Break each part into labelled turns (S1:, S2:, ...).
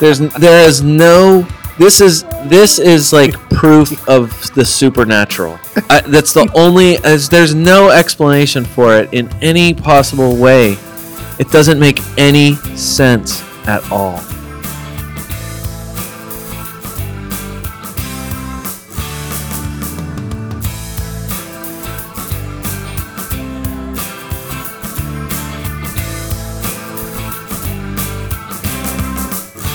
S1: There's there is no. This is this is like proof of the supernatural. I, that's the only. As there's no explanation for it in any possible way. It doesn't make any sense at all.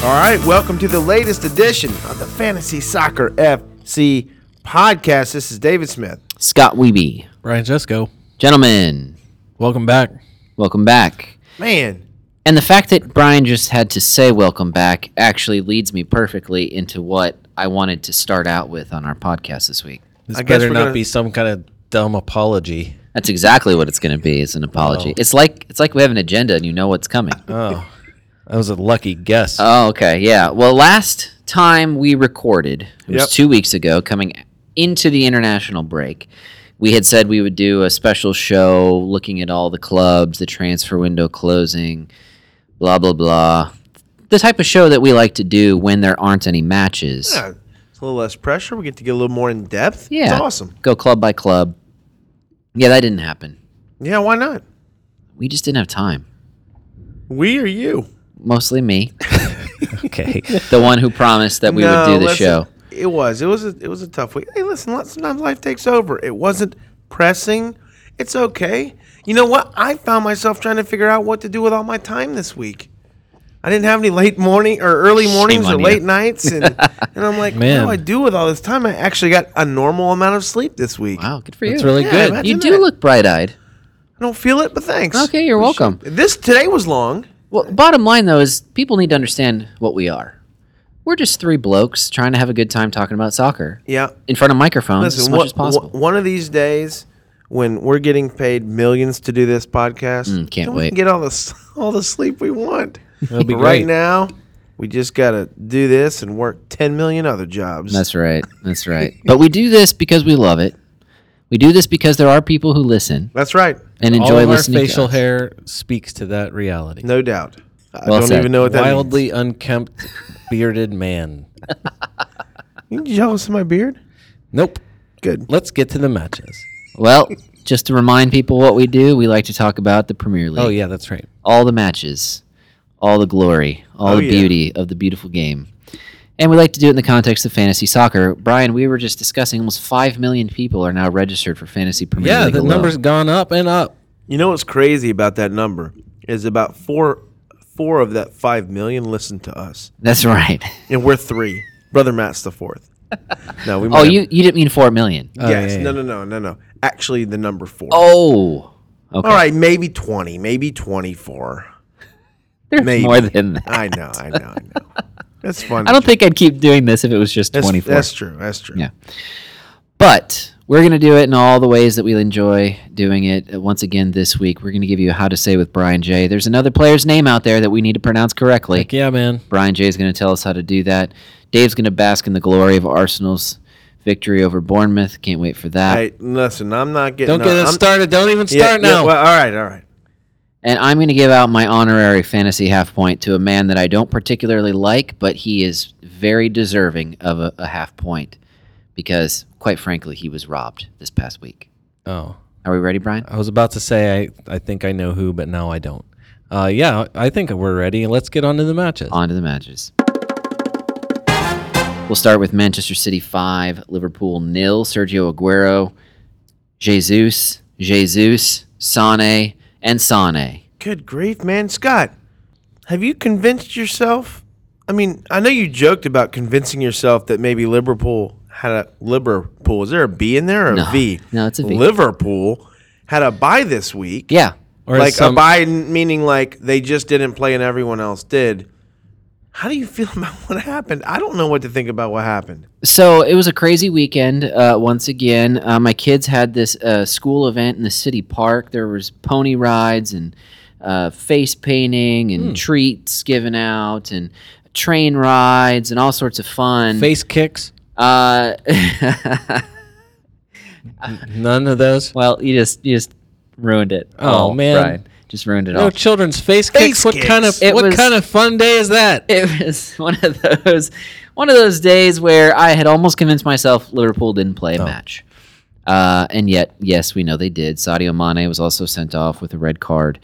S2: All right, welcome to the latest edition of the Fantasy Soccer FC podcast. This is David Smith.
S3: Scott Weeby.
S4: Ryan Jesco,
S3: Gentlemen,
S4: welcome back.
S3: welcome back.
S2: Man,
S3: And the fact that Brian just had to say welcome back actually leads me perfectly into what I wanted to start out with on our podcast this week.
S4: This
S2: I guess
S4: better
S2: we're
S4: not
S2: gonna-
S4: be some kind of dumb apology.
S3: That's exactly what it's going to be. It's an apology. It's like it's like we have an agenda and you know what's coming.
S4: Oh, that was a lucky guess.
S1: Uh,
S3: Oh, okay. Yeah. Well, last time we recorded, it was
S2: Yep.
S3: two weeks ago, coming into the international break, we had said we would do a special show looking at all the clubs, the transfer window closing, blah, blah, blah. The type of show that we like to do when there aren't any matches.
S2: yeah, it's a little less pressure. We get to get a little more in depth.
S3: Yeah.
S2: It's awesome.
S3: Go club by club. Yeah, that didn't happen.
S2: Yeah, why not?
S3: We just didn't have time.
S2: We or you?
S3: Mostly me,
S4: okay.
S3: the one who promised that we would do the
S2: listen,
S3: show.
S2: It was. It was a it was a tough week. Hey, listen, let- sometimes life takes over. It wasn't pressing. It's okay. You know what? I found myself trying to figure out what to do with all my time this week. I didn't have any late morning or early mornings
S3: on
S2: or
S3: you.
S2: late nights and, and I'm like,
S4: Man.
S2: what do I do with all this time? I actually got a normal amount of sleep this week.
S3: Wow, good for you.
S4: That's really
S2: Yeah,
S4: good.
S2: man.
S3: You
S2: Imagine
S3: do
S2: that.
S3: look bright eyed.
S2: I don't feel it, but thanks.
S3: Okay, you're welcome.
S2: This today was long.
S3: Well, bottom line though is people need to understand what we are. We're just three blokes trying to have a good time talking about soccer
S2: Yeah.
S3: in front of microphones as
S2: Listen,
S3: much
S2: one-
S3: as possible.
S2: one- one of these days, when we're getting paid millions to do this podcast,
S3: Mm, can't
S2: then we
S3: wait.
S2: can get all the s- all the sleep we want.
S4: That'll be
S2: But right
S4: great.
S2: now, we just gotta do this and work ten million other jobs.
S3: That's right. That's right. but we do this because we love it. We do this because there are people who listen
S2: That's right,
S3: and enjoy
S4: All of our
S3: listening. to
S4: facial
S3: us.
S4: hair speaks to that reality.
S2: no doubt. I
S3: Well
S2: don't
S3: said.
S2: even know what that
S4: Wildly unkempt, bearded man.
S2: means. You jealous of my beard?
S4: Nope.
S2: Good.
S4: Let's get to the matches.
S3: Well, just to remind people what we do, we like to talk about the Premier League,
S4: Oh yeah, that's right.
S3: all the matches, all the glory, all
S2: Oh,
S3: the
S2: yeah.
S3: beauty of the beautiful game. And we like to do it in the context of fantasy soccer. Brian, we were just discussing almost 5 million people are now registered for fantasy Premier
S4: Yeah,
S3: League.
S4: the
S3: alone.
S4: number's gone up and up.
S2: You know what's crazy about that number is about four four of that five million listen to us,
S3: That's right.
S2: and we're three. Brother Matt's the fourth. No, we. Might
S3: Oh,
S2: have-
S3: you you didn't mean 4 million.
S4: Oh,
S2: yes.
S4: yeah,
S2: No,
S4: yeah.
S2: no, no, no, no. Actually, the number four.
S3: Oh. Okay.
S2: All right, maybe 20, maybe 24.
S3: There's
S2: maybe.
S3: more than that.
S2: I know, I know, I know. That's fun.
S3: I don't think I'd keep doing this if it was just
S2: that's,
S3: 24.
S2: That's true. That's true.
S3: Yeah. But we're going to do it in all the ways that we enjoy doing it. Uh, Once again, this week, we're going to give you a how to say with Brian J. There's another player's name out there that we need to pronounce correctly.
S4: Like, yeah, man.
S3: Brian J is going to tell us how to do that. Dave's going to bask in the glory of Arsenal's victory over Bournemouth. Can't wait for that.
S2: Hey, listen, I'm not getting.
S4: Don't get
S2: I'm,
S4: us started. Don't even
S2: yeah,
S4: start
S2: yeah,
S4: now.
S2: well, all right, all right.
S3: And I'm going to give out my honorary fantasy half point to a man that I don't particularly like, but he is very deserving of a, a half point because, quite frankly, he was robbed this past week.
S4: oh.
S3: Are we ready, Brian?
S4: I was about to say I, I think I know who, but now I don't. Uh, yeah, I think we're ready. Let's get on to the matches.
S3: On to the matches. We'll start with Manchester City 5, Liverpool nil. Sergio Aguero, Jesus, Jesus, Sane, and Sane.
S2: Good grief, man. Scott, have you convinced yourself? I mean, I know you joked about convincing yourself that maybe Liverpool had a Liverpool. Is there a B in there or
S3: No.
S2: a V?
S3: No, it's a V.
S2: Liverpool had a buy this week.
S3: Yeah.
S4: Or
S2: like
S4: some-
S2: a buy n- meaning like they just didn't play and everyone else did. How do you feel about what happened? I don't know what to think about what happened.
S3: So it was a crazy weekend uh, once again. Uh, my kids had this uh, school event in the city park. There was pony rides and uh, face painting and treats given out and train rides and all sorts of fun.
S4: Face kicks.
S3: uh,
S4: None of those.
S3: well, you just you just ruined it.
S4: Oh, man.
S3: just ruined it
S4: No
S3: all.
S4: children's face kicks.
S2: Face
S4: what kind of
S2: kicks.
S3: It
S4: what
S3: was-
S4: kind of fun day is that?
S3: It was one of those one of those days where I had almost convinced myself Liverpool didn't play
S4: Oh.
S3: a match. Uh, and yet, yes, we know they did. Sadio Mane was also sent off with a red card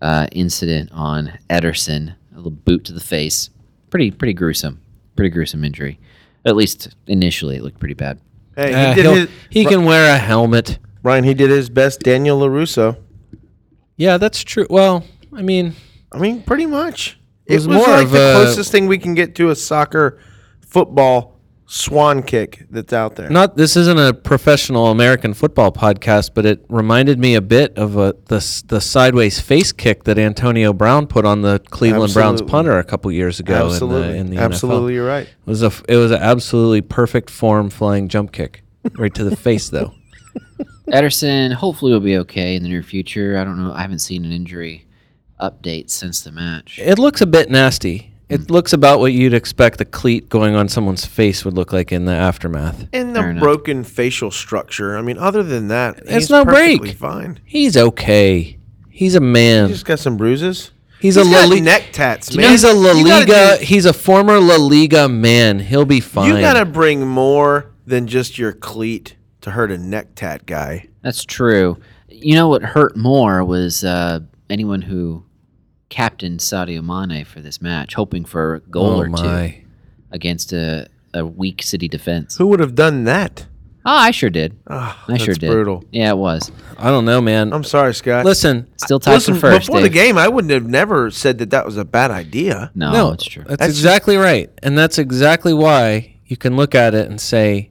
S3: uh, incident on Ederson, a little boot to the face. Pretty, pretty gruesome. Pretty gruesome injury. At least initially, it looked pretty bad.
S2: Hey,
S4: Uh,
S2: he, did
S4: he'll-
S2: his,
S4: he can wear a helmet.
S2: Brian, he did his best Daniel LaRusso.
S4: Yeah, that's true. Well, I mean,
S2: I mean, pretty much. It
S4: was
S2: was,
S4: more
S2: like
S4: of
S2: the
S4: a-
S2: closest thing we can get to a soccer football swan kick that's out there.
S4: not this isn't a professional American football podcast, but it reminded me a bit of a, the s- the sideways face kick that Antonio Brown put on the Cleveland Browns
S2: Absolutely.
S4: punter a couple years ago.
S2: absolutely,
S4: in the, in the
S2: absolutely,
S4: NFL.
S2: you're right.
S4: It was a f- it was an absolutely perfect form flying jump kick right to the face though.
S3: Ederson hopefully will be okay in the near future. I don't know. I haven't seen an injury update since the match.
S4: It looks a bit nasty.
S2: Hmm.
S4: It looks about what you'd expect the cleat going on someone's face would look like in the aftermath.
S2: And the
S3: Fair enough.
S2: broken facial structure. I mean, other than that,
S4: It's
S2: he's
S4: no break.
S2: perfectly Fine.
S4: He's okay. He's a man.
S2: He just got some bruises.
S4: he's, a
S2: He's
S4: La
S2: got
S4: Li-
S2: neck tats, man.
S4: He's a La
S2: You gotta
S4: Liga.
S2: do-
S4: he's a former La Liga man. He'll be fine.
S2: You gotta bring more than just your cleat to hurt a neck tat guy.
S3: That's true. You know what hurt more was uh, anyone who captained Sadio Mane for this match, hoping for a goal
S4: oh
S3: or two
S4: my!
S3: against a, a weak city defense.
S2: Who would have done that?
S3: Oh, I sure did.
S2: Ah,
S3: I sure
S2: that's
S3: did.
S2: brutal.
S3: Yeah, it was.
S4: I don't know, man.
S2: I'm sorry, Scott.
S4: Listen,
S3: Still tied for first.
S2: before the
S3: Dave.
S2: game, I wouldn't have never said that that was a bad idea.
S3: No,
S4: no,
S3: it's true.
S4: That's, exactly right, and that's exactly why you can look at it and say,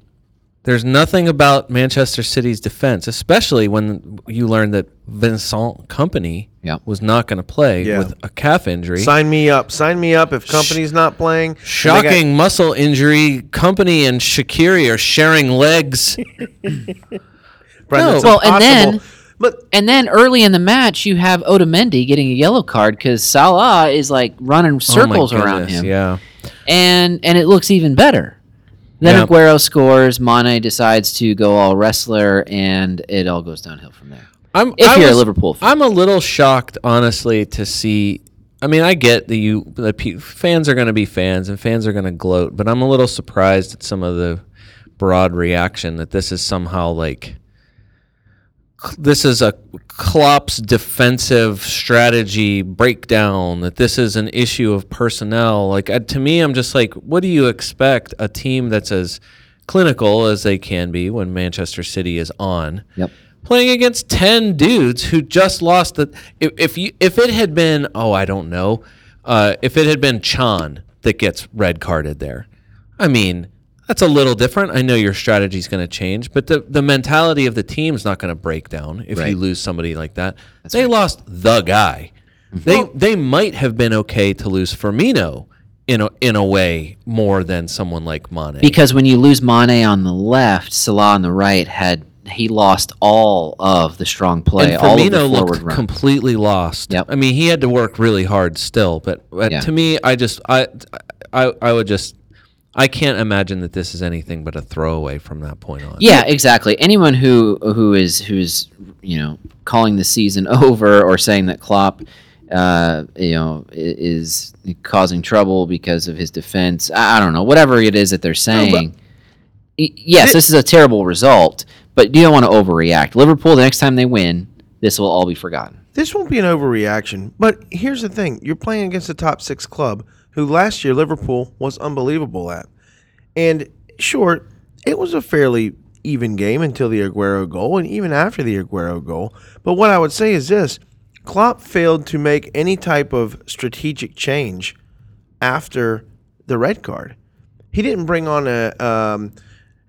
S4: "There's nothing about Manchester City's defense, especially when you learn that Vincent Company
S3: Yeah.
S4: was not going to play
S2: Yeah.
S4: with a calf injury."
S2: Sign me up. Sign me up if company's not playing. and they got-
S4: Shocking muscle injury. Company and Shakiri are sharing legs.
S2: Brian,
S4: No.
S2: that's
S3: Well, and
S2: impossible.
S3: then-
S2: but
S3: And then early in the match, you have Otamendi getting a yellow card because Salah is like running
S4: Oh my
S3: circles around
S4: goodness,
S3: him.
S4: Yeah.
S3: and and it looks even better. Then
S4: Yeah.
S3: Aguero scores. Mane decides to go all wrestler, and it all goes downhill from there.
S4: I'm,
S3: If
S4: I
S3: you're a
S4: was-
S3: Liverpool fan,
S4: I'm a little shocked, honestly, to see. I mean, I get that you that pe- fans are going to be fans and fans are going to gloat, but I'm a little surprised at some of the broad reaction that this is somehow like cl- this is a Klopp's defensive strategy breakdown. That this is an issue of personnel. Like uh, to me, I'm just like, what do you expect a team that's as clinical as they can be when Manchester City is on?
S3: Yep.
S4: playing against 10 dudes who just lost the if, if you if it had been oh i don't know uh, if it had been chan that gets red carded there i mean that's a little different i know your strategy's going to change but the, the mentality of the team's not going to break down if
S3: Right.
S4: you lose somebody like that they lost the guy
S3: Mm-hmm.
S4: they they might have been okay to lose Firmino in a, in a way more than someone like Mane.
S3: Because when you lose Mane on the left, Salah on the right had he lost all of the strong play,
S4: And
S3: all of the
S4: Firmino
S3: forward
S4: looked
S3: run.
S4: completely lost.
S3: Yep.
S4: I mean, he had to work really hard still, but uh,
S3: Yeah.
S4: to me, I just I, I I would just I can't imagine that this is anything but a throwaway from that point on.
S3: yeah, exactly. Anyone who who is who's you know calling the season over or saying that Klopp, uh, you know, i- is causing trouble because of his defense. I, I don't know. Whatever it is that they're saying. Y- yes, this is a terrible result, but you don't want to overreact. Liverpool, the next time they win, this will all be forgotten.
S2: this won't be an overreaction. But here's the thing: you're playing against a top six club who last year Liverpool was unbelievable at, and sure, it was a fairly even game until the Aguero goal, and even after the Aguero goal. But what I would say is this: Klopp failed to make any type of strategic change after the red card. He didn't bring on a um,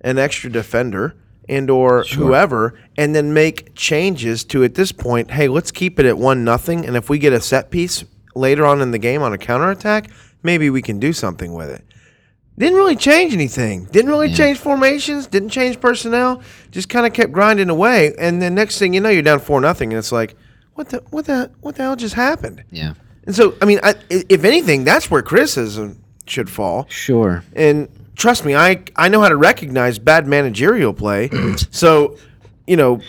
S2: an extra defender and or whoever, and then make changes to at this point. Hey, let's keep it at one nothing, and if we get a set piece later on in the game on a counterattack, maybe we can do something with it. Didn't really change anything. Didn't really change formations. Didn't change personnel. Just kind of kept grinding away, and then next thing you know, you're down four nothing, and it's like, what the what the what the hell just happened?
S3: Yeah,
S2: And so, I mean, I, i- if anything, that's where criticism should fall.
S3: sure.
S2: And trust me, I I know how to recognize bad managerial play. so, you know,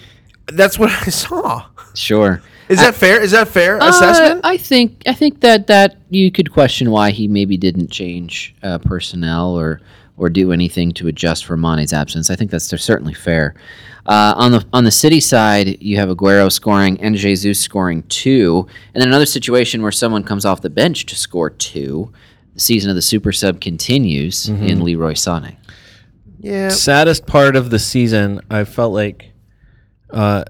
S2: that's what I saw.
S3: Sure.
S2: Is that fair? Is that fair
S3: Uh,
S2: assessment?
S3: I think I think that that you could question why he maybe didn't change uh, personnel or or do anything to adjust for Mane's absence. I think that's certainly fair. Uh, on the on the city side, you have Aguero scoring and Jesus scoring two, and then another situation where someone comes off the bench to score two. The season of the super sub continues in Leroy Sané.
S2: yeah.
S4: saddest part of the season I felt like uh,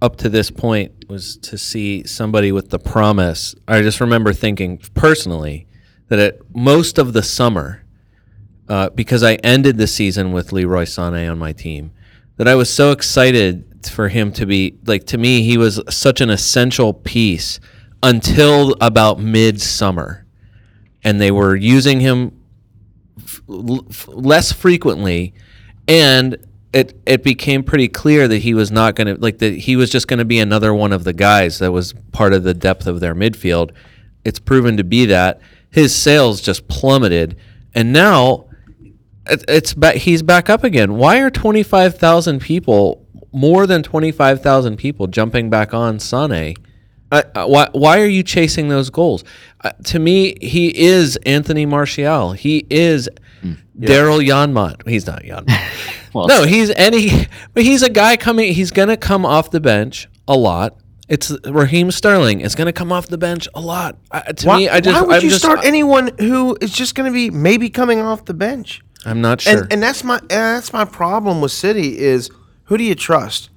S4: up to this point was to see somebody with the promise. I just remember thinking personally that at most of the summer, uh, because I ended the season with Leroy Sané on my team, that I was so excited for him to be like to me he was such an essential piece until about midsummer, and they were using him l- f- less frequently, and it it became pretty clear that he was not going to like that he was just going to be another one of the guys that was part of the depth of their midfield. It's proven to be that his sales just plummeted, and now it, it's ba- he's back up again. Why are twenty five thousand people? More than twenty five thousand people jumping back on Sane. I, I- Uh, why, why are you chasing those goals? Uh, to me, he is Anthony Martial. He is
S2: Hmm.
S4: Daryl Yanmont. He's not Yanmont.
S3: Well,
S4: no, he's any. But he's a guy coming. He's gonna come off the bench a lot. It's Raheem Sterling is gonna come off the bench a lot. I, to
S2: Why,
S4: me, I just
S2: why would
S4: I'm
S2: you
S4: just
S2: start
S4: I,
S2: anyone who is just going to be maybe coming off the bench?
S4: am not sure.
S2: And, and that's my and that's my problem with City is who do you trust?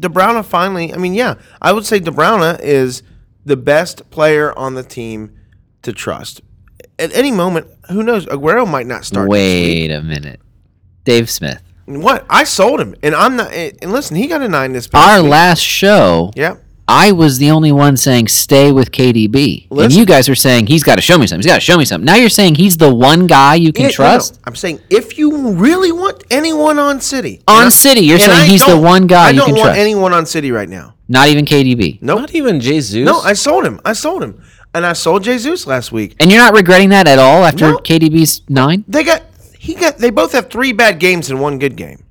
S2: DeBrowna finally. I mean, yeah, I would say DeBrowna is the best player on the team to trust. At any moment, who knows? Aguero might not start.
S3: wait a minute, Dave Smith.
S2: What? I sold him, and I'm not. And and listen, he got a nine this past
S3: Our
S2: week.
S3: last show,
S2: Yeah.
S3: I was the only one saying stay with KDB, and
S2: Listen.
S3: you guys were saying he's got to show me something. He's got to show me something. Now you're saying he's the one guy you can
S2: Yeah, no, no.
S3: trust
S2: I'm saying if you really want anyone on City,
S3: on
S2: and I-
S3: City. You're
S2: and
S3: saying
S2: I
S3: he's the
S2: don't-
S3: one guy
S2: I
S3: you
S2: don't
S3: can
S2: want
S3: trust.
S2: anyone on City right now.
S3: Not even KDB.
S2: Nope.
S4: not even Jesus.
S2: No, I sold him. I sold him, and I sold Jesus last week.
S3: And you're not regretting that at all after
S2: No.
S3: KDB's nine.
S2: They got he got they both have three bad games and one good game.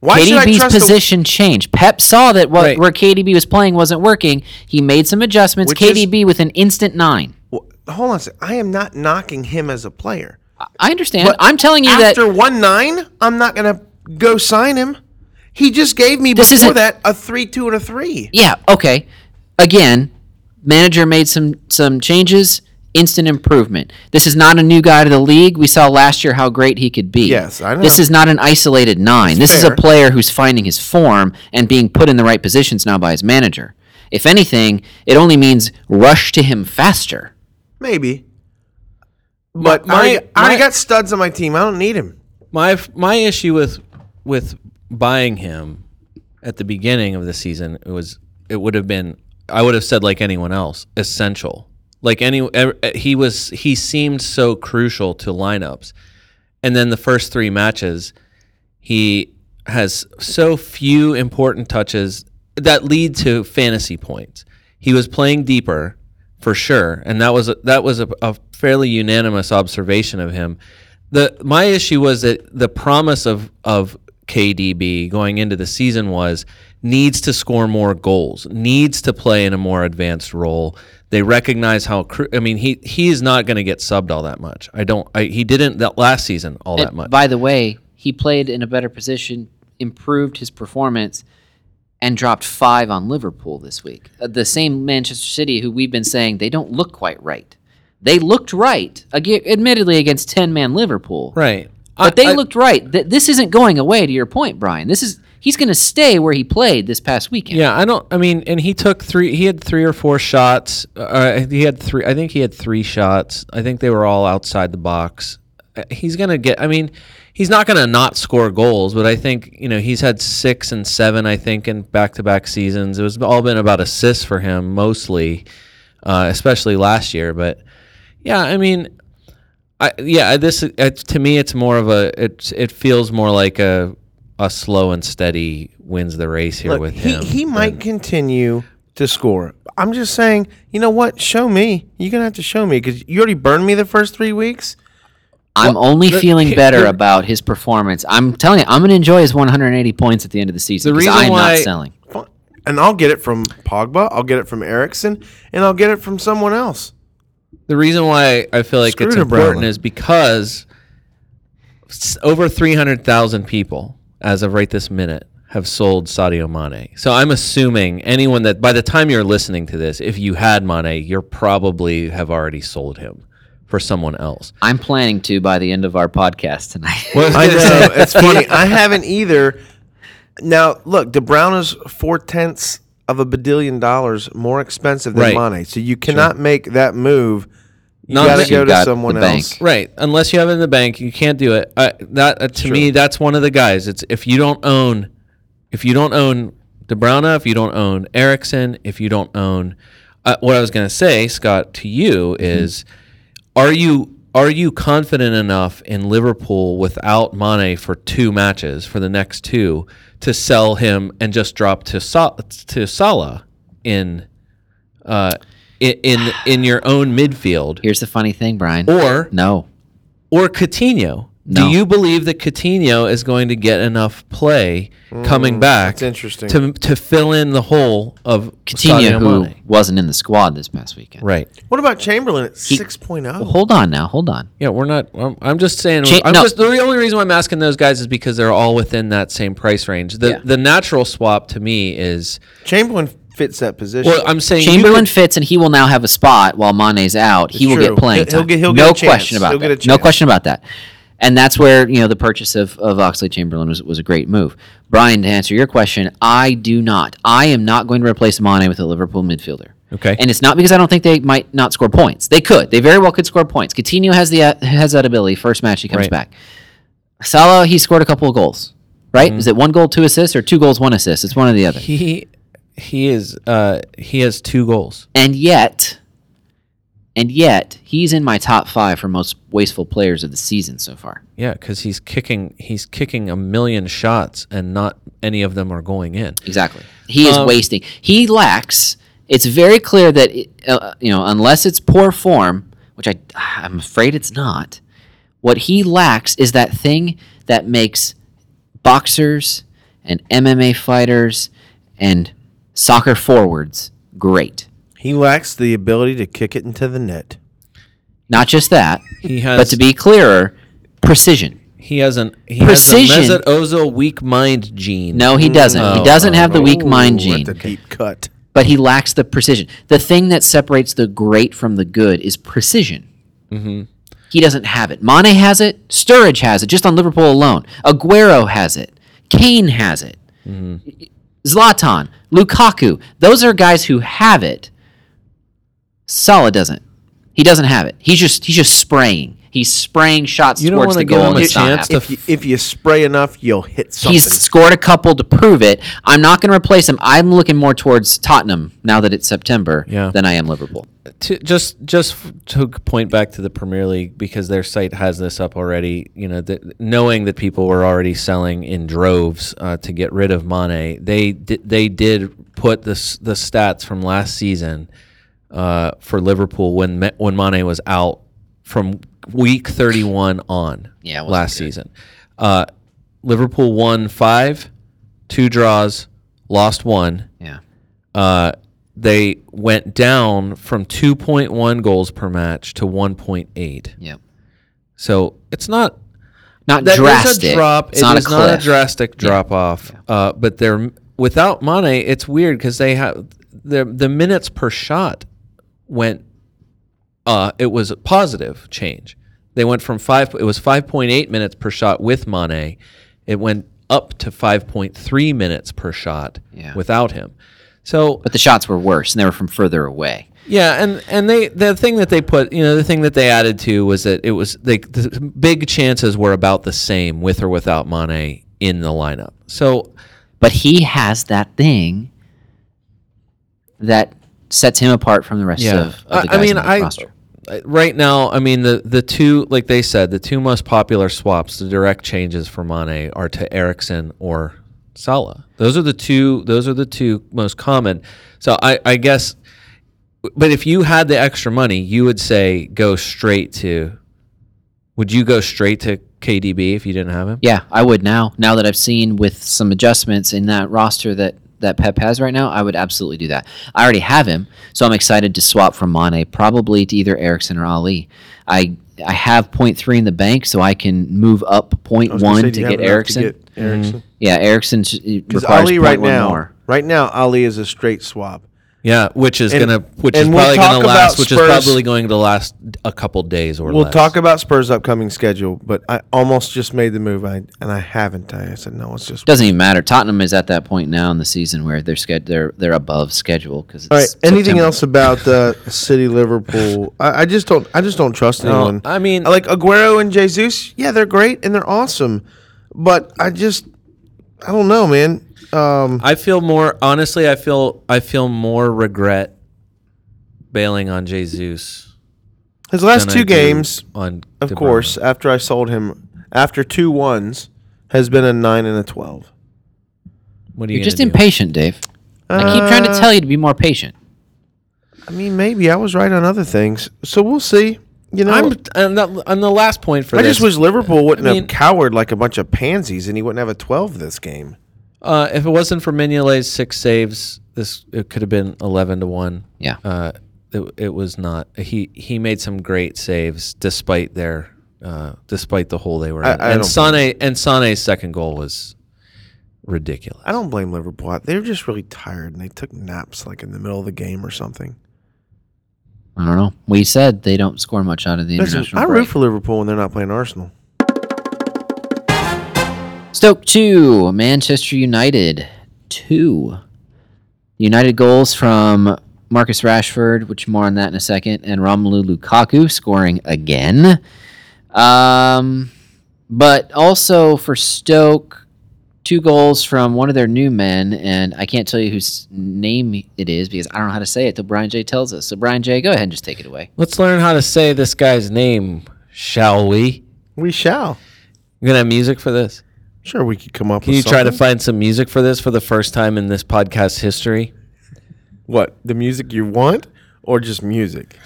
S2: Why should I
S3: KDB's
S2: trust the-
S3: position changed. Pep saw that what
S4: Right.
S3: where KDB was playing wasn't working. He made some adjustments.
S2: Which is-
S3: KDB with an instant nine.
S2: Well, hold on a second. I am not knocking him as a player.
S3: I- I understand. I'm telling you that
S2: After one nine, I'm not gonna go sign him. He just gave me
S3: This
S2: before
S3: isn't-
S2: that a three two and a three.
S3: Yeah, okay. Again, manager made some some changes, instant improvement. This is not a new guy to the league. We saw last year how great he could be.
S2: Yes, I know.
S3: This is not an isolated 9. this is a
S2: fair.
S3: player who's finding his form and being put in the right positions now by his manager. If anything, it only means rush to him faster.
S2: Maybe. But
S4: My-
S2: I, already, I already
S4: my-
S2: got studs on my team. I don't need him.
S4: My my issue with with buying him at the beginning of the season was it would have been I would have said like anyone else essential like any ev- he was he seemed so crucial to lineups and then the first three matches he has so few important touches that lead to fantasy points. He was playing deeper for sure, and that was a, that was a, a fairly unanimous observation of him. The my issue was that the promise of of KDB going into the season was needs to score more goals, needs to play in a more advanced role. They recognize how cru- I mean he he is not going to get subbed all that much. I don't I, he didn't that last season all that
S3: And
S4: much.
S3: By the way, he played in a better position, improved his performance, and dropped five on Liverpool this week. Uh, the same Manchester City who we've been saying they don't look quite right. They looked right, aga admittedly against ten man Liverpool.
S4: Right.
S3: But they
S4: I- I-
S3: looked right. Th- this isn't going away. To your point, Brian, this is he's going to stay where he played this past weekend.
S4: Yeah, I don't. I mean, and he took three. He had three or four shots. Uh, he had three. I think he had three shots. I think they were all outside the box. Uh, He's gonna get. I mean, he's not gonna not score goals, but I think you know he's had six and seven. I think in back-to-back seasons, it was all been about assists for him mostly, uh, especially last year. But yeah, I mean, I yeah, this it, to me it's more of a it it feels more like a a slow and steady wins the race here
S2: Look,
S4: with
S2: he,
S4: him.
S2: he might continue to score. I'm just saying, you know what? Show me. You're gonna have to show me because you already burned me the first three weeks.
S3: I'm only
S4: the-
S3: feeling
S4: here-
S3: better
S4: here-
S3: about his performance. I'm telling you, I'm going to enjoy his 180 points at the end of the season.
S4: The
S3: 'cause
S4: reason
S3: I'm
S4: why-
S3: not selling.
S2: Fine. and I'll get it from Pogba, I'll get it from Erickson, and I'll get it from someone else.
S4: The reason why I feel like
S2: Screw
S4: it's
S2: to
S4: important
S2: Brownlee.
S4: is because s- over 300,000 people, as of right this minute, have sold Sadio Mane. So I'm assuming anyone that, by the time you're listening to this, if you had Mane, you're probably have already sold him for someone else.
S3: I'm planning to by the end of our podcast tonight.
S2: I know it's funny. I haven't either. Now look, De Bruyne is four tenths of a bedillion dollars more expensive than
S4: Right.
S2: Mane, so you cannot make that move. You
S4: Not
S2: gotta
S4: unless
S2: go
S3: you've
S2: to
S3: got
S2: someone
S3: the bank.
S2: else.
S4: Right, unless you have it in the bank, you can't do it. I, that uh, to me, that's one of the guys. It's if you don't own, if you don't own DeBrana, if you don't own Erickson, if you don't own. Uh, what I was going to say, Scott, to you is, are you are you confident enough in Liverpool without Mane for two matches for the next two to sell him and just drop to Sa- to Salah in, uh, in in in your own midfield?
S3: Here's the funny thing, Brian.
S4: Or
S3: no,
S4: or Coutinho.
S3: No.
S4: Do you believe that Coutinho is going to get enough play coming back
S2: It's interesting.
S4: to to fill in the hole of
S3: Coutinho,
S4: Sadio
S3: who
S4: Mane?
S3: wasn't in the squad this past weekend.
S4: Right.
S2: What about Chamberlain at six point oh?
S3: Hold on now. Hold on.
S4: Yeah, we're not. I'm, I'm just saying.
S3: Cha-
S4: I'm
S3: no.
S4: just, the only reason why I'm asking those guys is because they're all within that same price range. The
S3: Yeah.
S4: the natural swap to me is.
S2: Chamberlain fits that position.
S4: Well, I'm saying you
S3: Chamberlain
S4: could-
S3: fits, and he will now have a spot while Mane's out. He will
S2: true.
S3: get playing
S2: He'll- he'll
S3: time.
S2: get- he'll
S3: no
S2: get a chance.
S3: question about
S2: He'll
S3: that.
S2: get a
S3: No
S2: chance.
S3: question about that. And that's where you know the purchase of of Oxley Chamberlain was, was a great move. Brian, to answer your question, I do not. I am not going to replace Mane with a Liverpool midfielder.
S4: Okay.
S3: And it's not because I don't think they might not score points. They could. They very well could score points. Coutinho has the uh, has that ability. First match he comes
S4: Right.
S3: back. Salah he scored a couple of goals. Right?
S4: Mm-hmm.
S3: Is it one goal, two assists, or two goals, one assist? It's one or the other.
S4: he he is uh he has two goals.
S3: And yet, and yet, he's in my top five for most wasteful players of the season so far.
S4: Yeah, because he's kicking he's kicking a million shots and not any of them are going in.
S3: Exactly. He
S4: Um,
S3: is wasting. He lacks. It's very clear that it- uh, you know, unless it's poor form, which I I'm afraid it's not. What he lacks is that thing that makes boxers and MMA fighters and soccer forwards great.
S2: he lacks the ability to kick it into the net.
S3: Not just that,
S4: He has
S3: but to be clearer, precision.
S4: He has an he has a
S3: Precision.
S4: Mesut Ozil weak mind gene.
S3: No, he doesn't. he doesn't have the weak mind
S2: Ooh,
S3: gene,
S2: That's a deep cut.
S3: but he lacks the precision. The thing that separates the great from the good is precision.
S4: Mm-hmm.
S3: He doesn't have it. Mane has it. Sturridge has it, just on Liverpool alone. Aguero has it. Kane has it.
S4: Mm-hmm.
S3: Zlatan, Lukaku. Those are guys who have it. Salah doesn't. He doesn't have it. He's just he's just spraying. He's spraying shots
S4: You don't
S3: towards
S4: wanna
S3: the
S4: give
S3: goal.
S4: him
S3: and
S4: a
S3: it's not
S4: chance
S3: happening.
S4: The
S2: If you, if you spray enough, you'll hit something.
S3: He's scored a couple to prove it. I'm not going to replace him. I'm looking more towards Tottenham now that it's September
S4: Yeah.
S3: than I am Liverpool.
S4: to, just just f- to point back to the Premier League because their site has this up already. You know, that knowing that people were already selling in droves uh, to get rid of Mane, they di- they did put the s- the stats from last season uh, for Liverpool when Ma- when Mane was out from week 31 on
S3: Yeah, it wasn't
S4: last season. Uh, Liverpool won five, two draws, lost one
S3: Yeah.
S4: uh, they went down from 2.1 goals per match to 1.8.
S3: Yep.
S4: So it's not
S3: Not
S4: that
S3: drastic.
S4: Is a drop.
S3: It's not a
S4: is not a
S3: cliff.
S4: drastic drop off. Uh, but they're without Mane. It's weird because they have the the minutes per shot went. Uh, it was a positive change. They went from five. It was five point eight minutes per shot with Mane. It went up to five point three minutes per shot
S3: Yeah.
S4: without him. So
S3: but the shots were worse and they were from further away.
S4: yeah, and and they the thing that they put, you know, the thing that they added to was that it was they the big chances were about the same with or without Mane in the lineup. So
S3: But he has that thing that sets him apart from the rest
S4: yeah,
S3: of, of the guys
S4: I, I mean,
S3: on the
S4: I
S3: roster.
S4: right now, I mean the the two like they said the two most popular swaps, the direct changes for Mane are to Erickson or Salah. Those are the two. Those are the two most common. So I I guess, but if you had the extra money, you would say go straight to Would you go straight to KDB if you didn't have him?
S3: Yeah, I would now. Now that I've seen with some adjustments in that roster that that Pep has right now, I would absolutely do that. I already have him, so I'm excited to swap from Mane probably to either Erickson or Ali. I I have point three in the bank, so I can move up point
S2: was gonna
S3: one
S2: say,
S3: to
S2: do you have
S3: get
S2: enough to
S3: Erickson.
S2: get Erickson.
S3: yeah, Erickson sh- it
S2: Because
S3: requires
S2: Ali
S3: point
S2: right
S3: one
S2: now,
S3: more.
S2: right now, Ali is a straight swap.
S4: Yeah, which is
S2: And-
S4: gonna, which is
S2: and we'll
S4: probably
S2: talk
S4: gonna
S2: about
S4: last, which is
S2: Spurs.
S4: probably going to last a couple days or
S2: We'll
S4: less.
S2: talk about Spurs' upcoming schedule, but I almost just made the move, I, and I haven't. I, I said no. It's just
S3: Doesn't even matter. Thottenham is at that point now in the season where they're sched- they're they're above schedule because.
S2: all right. Anything else about uh, City Liverpool? I, I just don't. I just don't trust anyone.
S4: I mean-
S2: like Aguero and Jesus. Yeah, they're great and they're awesome, but I just, I don't know, man. Um,
S4: I feel more honestly. I feel I feel more regret bailing on Jesus.
S2: his
S4: than
S2: last
S4: I
S2: two
S4: do
S2: games,
S4: on
S2: of
S4: De Bruyne.
S2: course, after I sold him, after two ones, has been a nine and a twelve.
S4: What are you
S3: You're just
S4: gonna do?
S3: impatient, Dave. I keep trying to tell you to be more patient.
S2: I mean, maybe I was right on other things, so we'll see. You know,
S4: I'm and the, and the last point for
S2: I
S4: this.
S2: just wish Liverpool wouldn't
S4: mean-
S2: have cowered like a bunch of pansies and he wouldn't have a 12 this game.
S4: uh, if it wasn't for Mignolet's six saves, this it could have been eleven to one.
S3: Yeah.
S4: Uh, it, it was not. He he made some great saves despite their uh, despite the hole they were in.
S2: I
S4: and
S2: don't
S4: Sane and Sane's second goal was ridiculous.
S2: I don't blame Liverpool. They were just really tired and they took naps like in the middle of the game or something.
S3: I don't know. We said they don't score much out of the
S2: Listen,
S3: international
S2: I
S3: break.
S2: root for Liverpool when they're not playing Arsenal.
S3: Stoke 2, Manchester United 2. United goals from Marcus Rashford, which more on that in a second, and Romelu Lukaku scoring again. Um, but also for Stoke, two goals from one of their new men, and I can't tell you whose name it is because I don't know how to say it till Brian J tells us. So, Brian J, go ahead and just take it away.
S4: Let's learn how to say this guy's name, shall we?
S2: We shall.
S4: You gonna have music for this?
S2: Sure, we could come up
S4: Can
S2: with
S4: you try to
S2: something.
S4: find some music for this for the first time in this podcast history?
S2: what? The music you want or just music?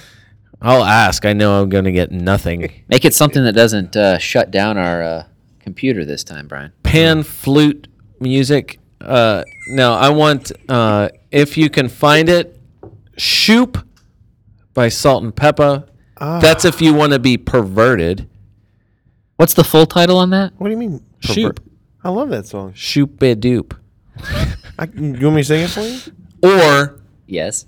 S4: I'll ask. I know I'm gonna get nothing.
S3: Make it something that doesn't uh, shut down our uh, computer this time, Brian.
S4: Pan flute music. Uh, no, I want uh, if you can find it, "Shoop" by Salt and Peppa. That's if you want to be perverted.
S3: What's the full title on that?
S2: What do you mean? pervert?
S4: Shoop,
S2: I love that song.
S4: shoop a doop.
S2: I, you want me to sing it for you?
S4: Or
S3: Yes.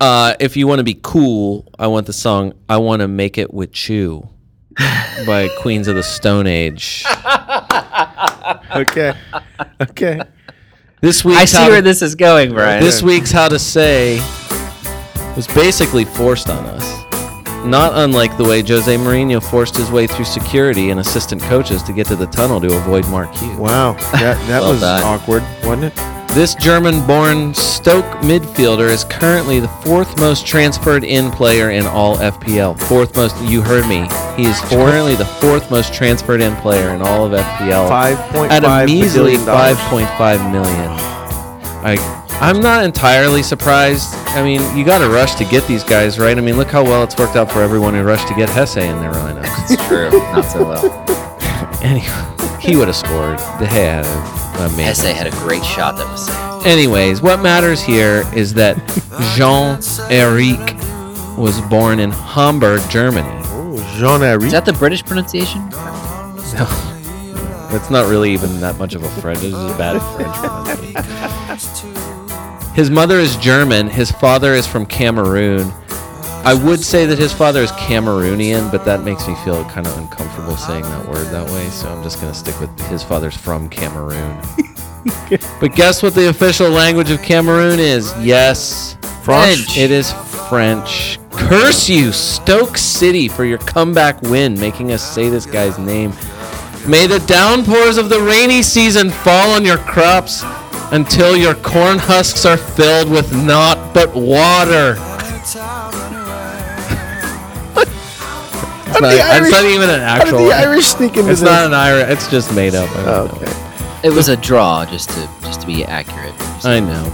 S4: uh, if you want to be cool, I want the song "I Want to Make It With You" by Queens of the Stone Age.
S2: Okay. Okay.
S4: This week,
S3: I see where this is going, Brian.
S4: This week's How to Say was basically forced on us. Not unlike the way Jose Mourinho forced his way through security and assistant coaches to get to the tunnel to avoid Mark Hughes.
S2: Wow. That, that
S3: Well
S2: was
S3: done.
S2: awkward, wasn't it?
S4: This German born Stoke midfielder is currently the fourth most transferred in player in all FPL. Fourth most, you heard me. He is currently the fourth most transferred in player in all of FPL.
S2: Five point
S4: at a
S2: five
S4: measly
S2: billion dollars.
S4: 5.5 million. I, I'm not entirely surprised. I mean, you got to rush to get these guys, right? I mean, look how well it's worked out for everyone who rushed to get Hesse in their lineups.
S3: It's true. Not so well.
S4: anyway, he would have scored. They had a man.
S3: SA had a great shot that was saved.
S4: Anyways, what matters here is that Jean Eric was born in Hamburg, Germany.
S2: Oh, Jean-Henri.
S3: Is that the British pronunciation?
S4: That's not really even that much of a French. It's just bad French pronunciation. His mother is German. His father is from Cameroon. I would say that his father is Cameroonian, but that makes me feel kind of uncomfortable saying that word that way. So I'm just going to stick with his father's from Cameroon. but guess what the official language of Cameroon is? Yes,
S3: French.
S4: It is French. Curse you, Stoke City, for your comeback win, making us say this guy's name. May the downpours of the rainy season fall on your crops until your corn husks are filled with naught but water. it's, not, it's not even an
S2: How did
S4: actual.
S2: the Irish sneak into
S4: It's
S2: this? Oh,
S4: not an Irish. It's just made up. I don't know.
S2: okay.
S3: It was a draw, just to just to be accurate.
S4: I know.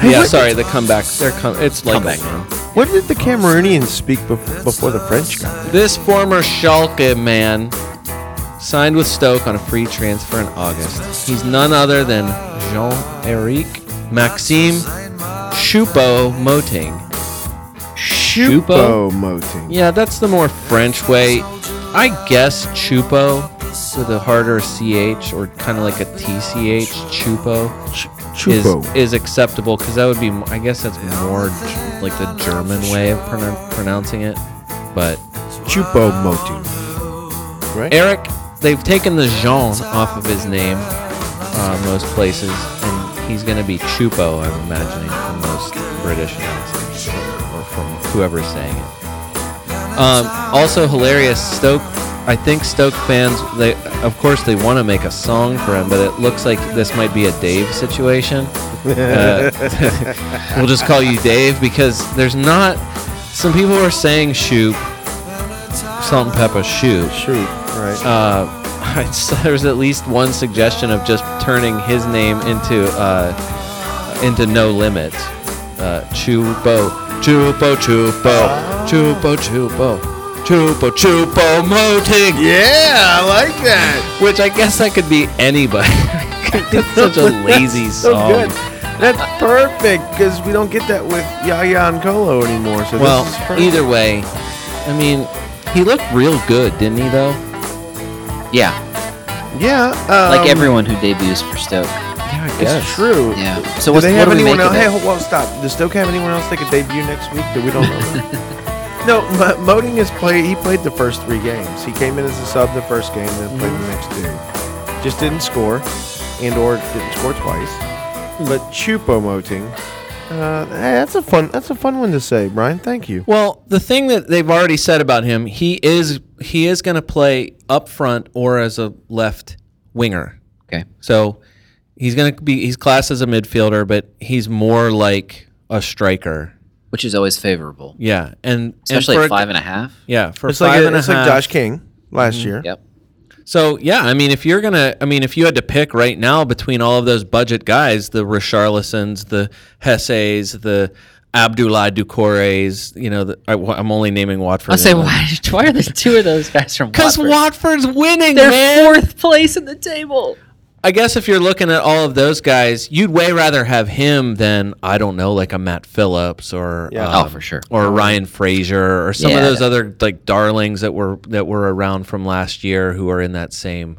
S2: Hey,
S4: yeah,
S2: what-
S4: sorry. The comeback. They're com- It's like
S3: Comeback.
S4: a win.
S2: What did the Cameroonians speak bef- before the French got
S4: This former Schalke man signed with Stoke on a free transfer in August. He's none other than Jean Eric Maxime Choupo Moting.
S5: Chupo moting.
S4: Yeah, that's the more French way. I guess Chupo with a harder CH or kind of like a TCH, Chupo,
S5: Ch- Chupo.
S4: Is, is acceptable because that would be, I guess that's more G- like the German way of pronou- pronouncing it. But
S5: Chupo moting.
S4: Eric, they've taken the Jean off of his name uh, most places, and he's going to be Chupo, I'm imagining, for most British accents or from whoever's saying it. Um, also hilarious, Stoke. I think Stoke fans, they of course they want to make a song for him, but it looks like this might be a Dave situation. Uh, we'll just call you Dave because there's not. Some people are saying shoot, salt and pepper shoot,
S5: Shoot. Right.
S4: uh, I saw there was at least one suggestion of just turning his name into uh, into no limit. Uh, chupo, chupo, chupo, chupo, chupo, chupo, chupo, moting.
S5: Yeah, I like that.
S4: Which I guess that could be anybody. That's such a lazy song.
S2: good. That's perfect because we don't get that with Yaya and Colo anymore. So
S4: Well,
S2: this is perfect.
S4: either way, I mean, he looked real good, didn't he? Though.
S3: Yeah,
S2: yeah,
S3: like
S2: um,
S3: everyone who debuts for Stoke.
S4: Yeah, I
S2: It's true.
S3: Yeah. So
S2: Do
S3: what's,
S2: they
S3: what
S2: have
S3: do we
S2: anyone
S3: make of
S2: else? Hey,
S3: it?
S2: hold on, stop. Does Stoke have anyone else that could debut next week that we don't know? no, M- Moding has played. He played the first three games. He came in as a sub the first game, then played the next two.
S3: Mm-hmm.
S2: Just didn't score, and or didn't score twice. But Chupo Moting, uh, hey, that's a fun. That's a fun one to say, Brian. Thank you.
S4: Well, the thing that they've already said about him, he is he is going to play up front or as a left winger.
S3: Okay.
S4: So he's going to be he's classed as a midfielder, but he's more like a striker.
S3: Which is always favorable,
S4: Yeah, and
S3: especially
S4: and
S3: at five and a half.
S4: yeah for
S2: It's like
S4: five
S2: a-
S4: and a
S2: it's like
S4: half.
S2: Josh King last year.
S3: Mm-hmm. Yep.
S4: So yeah, I mean, if you're gonna, I mean, if you had to pick right now between all of those budget guys, the Richarlisons, the Hesses, the Abdullah Ducores, you know, the, I, am only naming Watford.
S3: I say,
S4: now.
S3: why, why are the two of those guys from?
S4: Because Watford's winning,
S3: They're
S4: man.
S3: fourth place in the table.
S4: I guess if you're looking at all of those guys, you'd way rather have him than I don't know, like a Matt Phillips or um,
S2: Yeah.
S3: Oh, for sure.
S4: or a Ryan Fraser or some of
S3: Yeah.
S4: those other like darlings that were that were around from last year who are in that same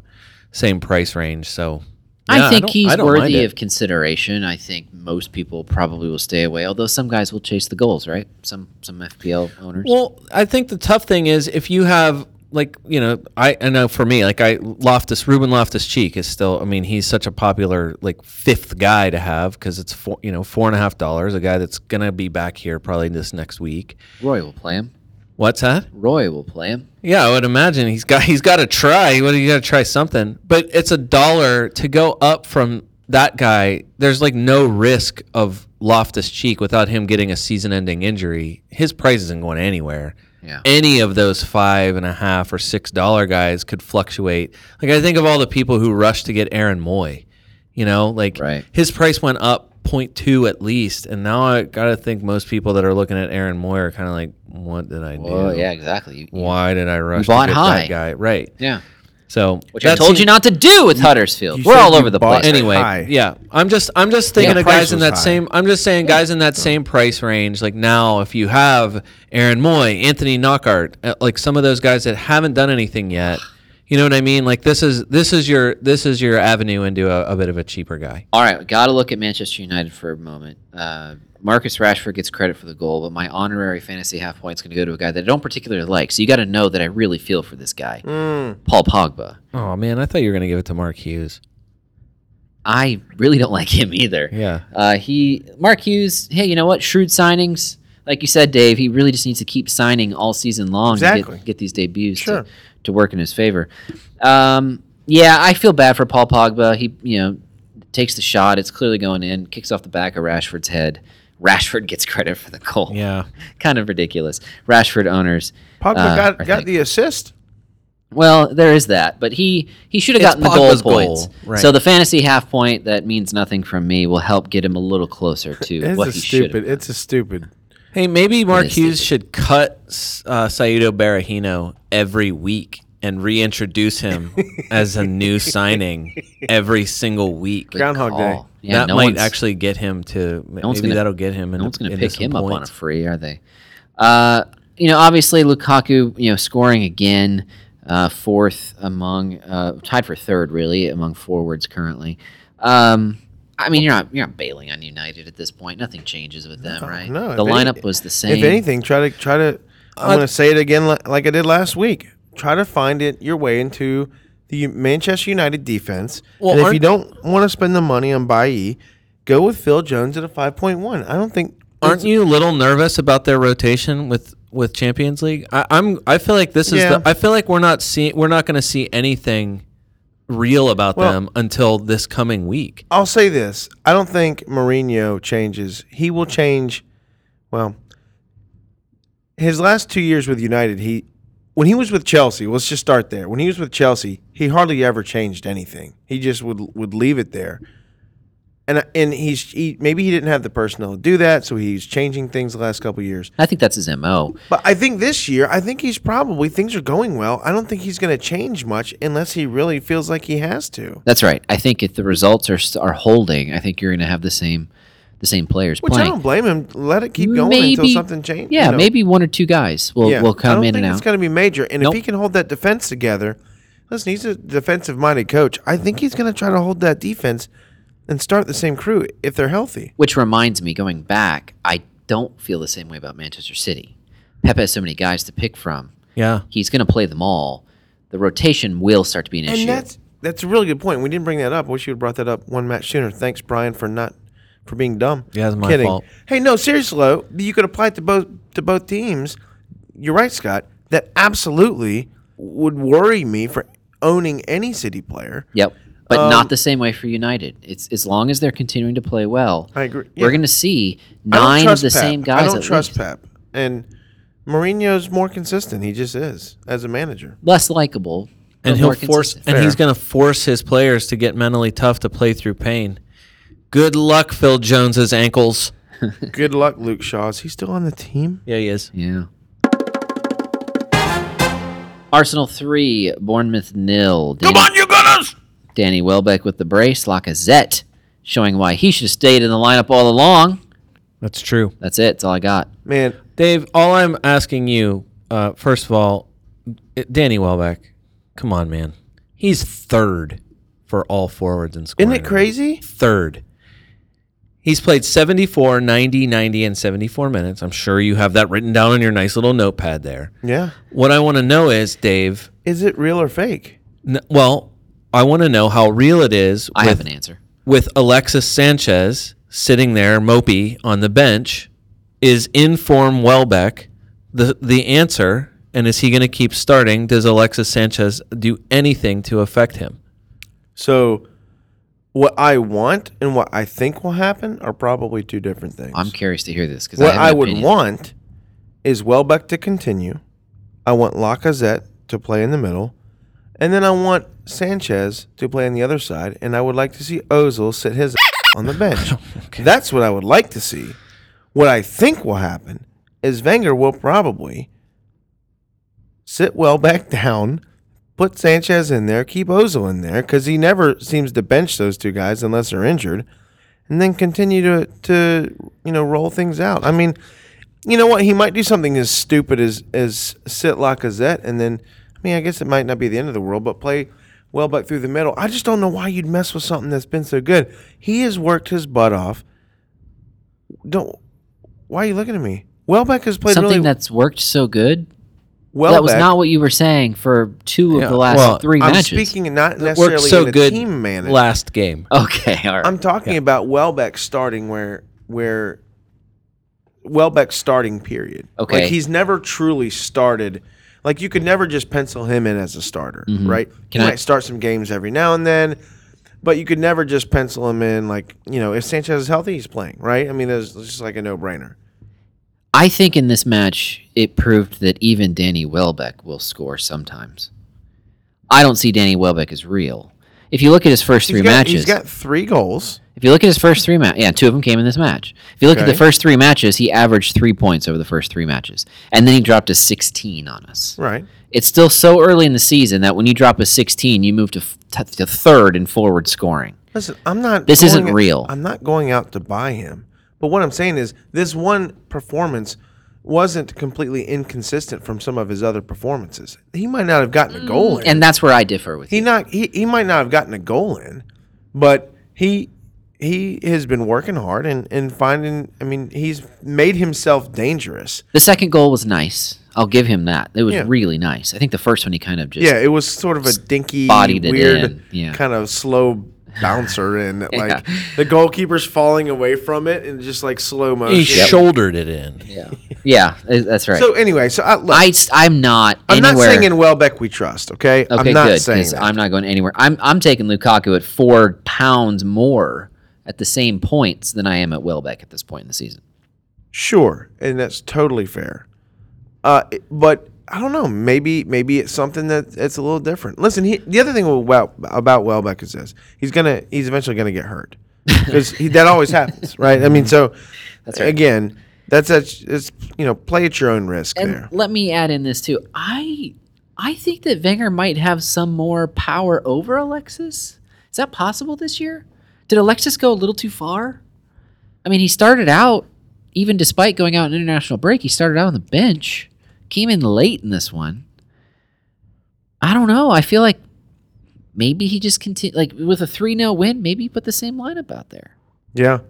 S4: same price range. So yeah,
S3: I think
S4: don't-
S3: he's
S4: I don't mind
S3: worthy
S4: it.
S3: of consideration. I think most people probably will stay away, although some guys will chase the goals, right? Some some FPL owners.
S4: Well, I think the tough thing is if you have like you know I I know for me like I Loftus Ruben Loftus Cheek is still I mean he's such a popular like fifth guy to have because it's four you know four and a half dollars a guy that's gonna be back here probably this next week.
S3: Roy will play him.
S4: What's that?
S3: Roy will play him.
S4: Yeah, I would imagine he's got he's got to try. What he got to try something. But it's a dollar to go up from that guy. There's like no risk of Loftus Cheek without him getting a season-ending injury. His price isn't going anywhere.
S3: Yeah.
S4: Any of those five and a half or six dollar guys could fluctuate. Like I think of all the people who rushed to get Aaron Moy. You know, like
S3: Right.
S4: his price went up 0.2 at least, and now I gotta think most people that are looking at Aaron Moy are kind of like, what did I do?
S3: Well, Oh, yeah, exactly. You- you-
S4: Why did I rush
S3: bought
S4: to get
S3: high.
S4: that guy? Right.
S3: Yeah.
S4: So
S3: Which I told you not to do with Huddersfield.
S2: you
S3: We're
S2: said
S3: all
S2: you
S3: over the
S2: bought
S3: place.
S2: it.
S4: Anyway,
S2: High.
S4: yeah. I'm just I'm just thinking
S2: Yeah,
S4: of
S2: price
S4: guys in
S2: was
S4: that
S2: high.
S4: same I'm just saying guys in that same price range. Like now if you have Aaron Moy, Anthony Knockart, uh, like some of those guys that haven't done anything yet. You know what I mean? Like this is this is your this is your avenue into a, a bit of a cheaper guy.
S3: All right, got to look at Manchester United for a moment. Uh, Marcus Rashford gets credit for the goal, but my honorary fantasy half point's going to go to a guy that I don't particularly like. So you got to know that I really feel for this guy, Paul Pogba.
S4: Oh man, I thought you were gonna give it to Mark Hughes.
S3: I really don't like him either.
S4: Yeah.
S3: Uh, he Mark Hughes. Hey, you know what? Shrewd signings, like you said, Dave. He really just needs to keep signing all season long to
S2: Exactly.
S3: get, get these debuts
S2: Sure.
S3: to, to work in his favor. Um, yeah, I feel bad for Paul Pogba. He you know takes the shot. It's clearly going in. Kicks off the back of Rashford's head. Rashford gets credit for the goal.
S4: Yeah.
S3: kind of ridiculous. Rashford owners.
S2: Pogba
S3: uh,
S2: got
S3: are
S2: got
S3: thinking-
S2: the assist.
S3: well, there is that, but he he should have
S4: It's
S3: gotten the goal
S4: Pogba's
S3: points.
S4: goal, right.
S3: So the fantasy half point that means nothing from me will help get him a little closer to
S2: It's
S3: what
S2: a
S3: he should.
S2: stupid.
S3: have.
S2: It's a stupid.
S4: Hey, maybe Mark
S3: is
S4: Hughes should cut uh, Sayudo Barahino every week and reintroduce him as a new signing every single week.
S2: Groundhog Day.
S3: call. Yeah,
S4: that
S3: no
S4: might
S3: one's-
S4: actually get him to.
S3: one's
S4: maybe
S3: gonna-
S4: that'll get him.
S3: No
S4: in-
S3: one's going to
S4: into
S3: pick
S4: some
S3: him up on a
S4: points.
S3: free, are they? Uh, you know, obviously Lukaku, you know, scoring again, uh, fourth among uh, tied for third, really among forwards currently. Um, I mean, you're not you're not bailing on United at this point. Nothing changes with them, right?
S2: no,
S3: the
S2: if any-
S3: lineup was the same.
S2: If anything, try to try to. I'm going to say it again, li- like I did last week. Try to find it your way into the Manchester United defense.
S4: Well,
S2: and if
S4: aren't-
S2: you don't want to spend the money on Bailly, go with Phil Jones at a 5.1. I don't think.
S4: Aren't you a little nervous about their rotation with with Champions League? I, I'm. I feel like this is.
S2: Yeah.
S4: The, I feel like we're not seeing. We're not going to see anything real about
S2: Well-
S4: them until this coming week.
S2: I'll say this: I don't think Mourinho changes. He will change. Well, his last two years with United, he when he was with Chelsea, let's just start there. When he was with Chelsea, he hardly ever changed anything. He just would would leave it there. And and he's he, maybe he didn't have the personnel to do that, so he's changing things the last couple of years.
S3: I think that's his mo.
S2: But I think this year, I think he's probably things are going well. I don't think he's going to change much unless he really feels like he has to.
S3: That's right. I think if the results are s- are holding, I think you're going to have the same the same players
S2: Which
S3: playing.
S2: I don't blame him. Let it keep going until something changes.
S3: Yeah, maybe one or two guys will will
S2: I
S3: come
S2: don't
S3: in
S2: think
S3: and out.
S2: It's going to be major, and
S3: Nope.
S2: if he can hold that defense together, listen, he's a defensive-minded coach. I think he's going to try to hold that defense and start the same crew if they're healthy.
S3: Which reminds me, going back, I don't feel the same way about Manchester City. Pep has so many guys to pick from.
S4: Yeah.
S3: He's going to play them all. The rotation will start to be an issue.
S2: And that's that's a really good point. We didn't bring that up. I wish you would brought that up one match sooner. Thanks, Brian, for not for being dumb.
S4: Yeah, it's my
S2: Kidding.
S4: fault.
S2: Hey, no, seriously, though, you could apply it to both to both teams. You're right, Scott. That absolutely would worry me for owning any City player.
S3: yep. But
S2: Um,
S3: not the same way for United. It's as long as they're continuing to play well.
S2: I agree.
S3: We're
S2: Yeah.
S3: going to see
S2: I don't
S3: nine of
S2: trust
S3: the
S2: Pep.
S3: same guys.
S2: I don't
S3: at
S2: trust
S3: least.
S2: Pep, and Mourinho's more consistent. He just is as a manager.
S3: Less likable. but
S4: and he'll
S3: more
S4: force
S3: consistent.
S4: and he's going to force his players to get mentally tough to play through pain. Good luck, Phil Jones's ankles.
S2: Good luck, Luke Shaw. Is he still on the team?
S4: Yeah, he is.
S3: Yeah. Arsenal three, Bournemouth nil. Danny, Come on, you gunners! Danny Welbeck with the brace. Lacazette showing why he should have stayed in the lineup all along.
S4: That's true.
S3: That's it. That's all I got.
S2: Man,
S4: Dave, all I'm asking you, uh, first of all, it- Danny Welbeck, come on, man. He's third for all forwards in scoring.
S2: isn't it crazy?
S4: Third. He's played 74, 90, 90, and 74 minutes. I'm sure you have that written down on your nice little notepad there.
S2: Yeah.
S4: What I want to know is, Dave,
S2: Is it real or fake?
S4: n- well, I want to know how real it is
S3: I have
S4: with,
S3: an answer.
S4: with Alexis Sanchez sitting there mopey on the bench. Is in form Welbeck the the answer? And is he going to keep starting? Does Alexis Sanchez do anything to affect him?
S2: So, what I want and what I think will happen are probably two different things.
S3: I'm curious to hear this because
S2: what
S3: I, have an
S2: I would
S3: opinion.
S2: want is Welbeck to continue. I want Lacazette to play in the middle, and then I want Sanchez to play on the other side. And I would like to see Ozil sit his ass on the bench. That's what I would like to see. What I think will happen is Wenger will probably sit Welbeck down, put Sanchez in there, keep Ozil in there because he never seems to bench those two guys unless they're injured and then continue to to you know roll things out. I mean, you know what? He might do something as stupid as as sit Lacazette, and then I mean, I guess it might not be the end of the world, but play well back through the middle. I just don't know why you'd mess with something that's been so good. He has worked his butt off. Don't. Why are you looking at me? Welbeck has played
S3: Something
S2: really
S3: that's worked so good.
S2: well.
S3: that was not what you were saying for two of the last
S4: well,
S3: three
S2: I'm
S3: matches.
S2: speaking, not
S4: Worked
S2: necessarily
S4: so
S2: in a
S4: good
S2: team manager.
S4: last game.
S3: okay, all right.
S2: I'm talking about Welbeck starting where where Welbeck's starting period.
S3: Okay.
S2: Like he's never truly started. Like you could never just pencil him in as a starter, right?
S3: Mm-hmm. Can
S2: he
S3: I-
S2: might start some games every now and then, but you could never just pencil him in. Like you know, if Sanchez is healthy, he's playing, right? I mean, it's it's just like a no brainer.
S3: I think in this match, it proved that even Danny Welbeck will score sometimes. I don't see Danny Welbeck as real. If you look at his first three matches,
S2: He's got three goals.
S3: if you look at his first three matches, yeah, two of them came in this match. If you look at the
S2: Okay.
S3: first three matches, he averaged three points over the first three matches, and then he dropped a 16 on us.
S2: Right.
S3: It's still so early in the season that when you drop a 16, you move to, f- t- to third in forward scoring.
S2: Listen, I'm not.
S3: This
S2: going
S3: isn't
S2: out-
S3: real.
S2: I'm not going out to buy him. But what I'm saying is, this one performance wasn't completely inconsistent from some of his other performances. He might not have gotten a goal in.
S3: Mm, And that's where I differ with you.
S2: he not he, he might not have gotten a goal in, but he he has been working hard and and finding. I mean, he's made himself dangerous.
S3: The second goal was nice. I'll give him that. It was
S2: Yeah.
S3: really nice. I think the first one he kind of just
S2: Yeah, it was sort of a dinky,
S3: bodied it
S2: weird,
S3: in, yeah.
S2: kind of slow bouncer in. That, Like the goalkeeper's falling away from it and just like slow motion.
S4: He shouldered it in.
S3: yeah, yeah uh, that's right.
S2: So anyway, so I, look,
S3: I am not
S2: I'm not
S3: anywhere.
S2: saying in Welbeck we trust. Okay,
S3: okay,
S2: I'm not
S3: good.
S2: saying
S3: 'cause
S2: that.
S3: I'm not going anywhere. I'm I'm taking Lukaku at four pounds more at the same points than I am at Welbeck at this point in the season.
S2: Sure, and that's totally fair. Uh, it- but I don't know. Maybe maybe it's something that it's a little different. Listen, he, the other thing about about Welbeck is this: he's gonna he's eventually gonna get hurt because that always happens, right? I mean, so again, that's a, it's you know play at your own risk
S3: And
S2: there.
S3: let me add in this too. I I think that Wenger might have some more power over Alexis. Is that possible this year? Did Alexis go a little too far? I mean, he started out even despite going out on international break, he started out on the bench, came in late in this one. I don't know. I feel like maybe he just continued like with a 3-0 win, maybe he put the same lineup out there.
S2: Yeah,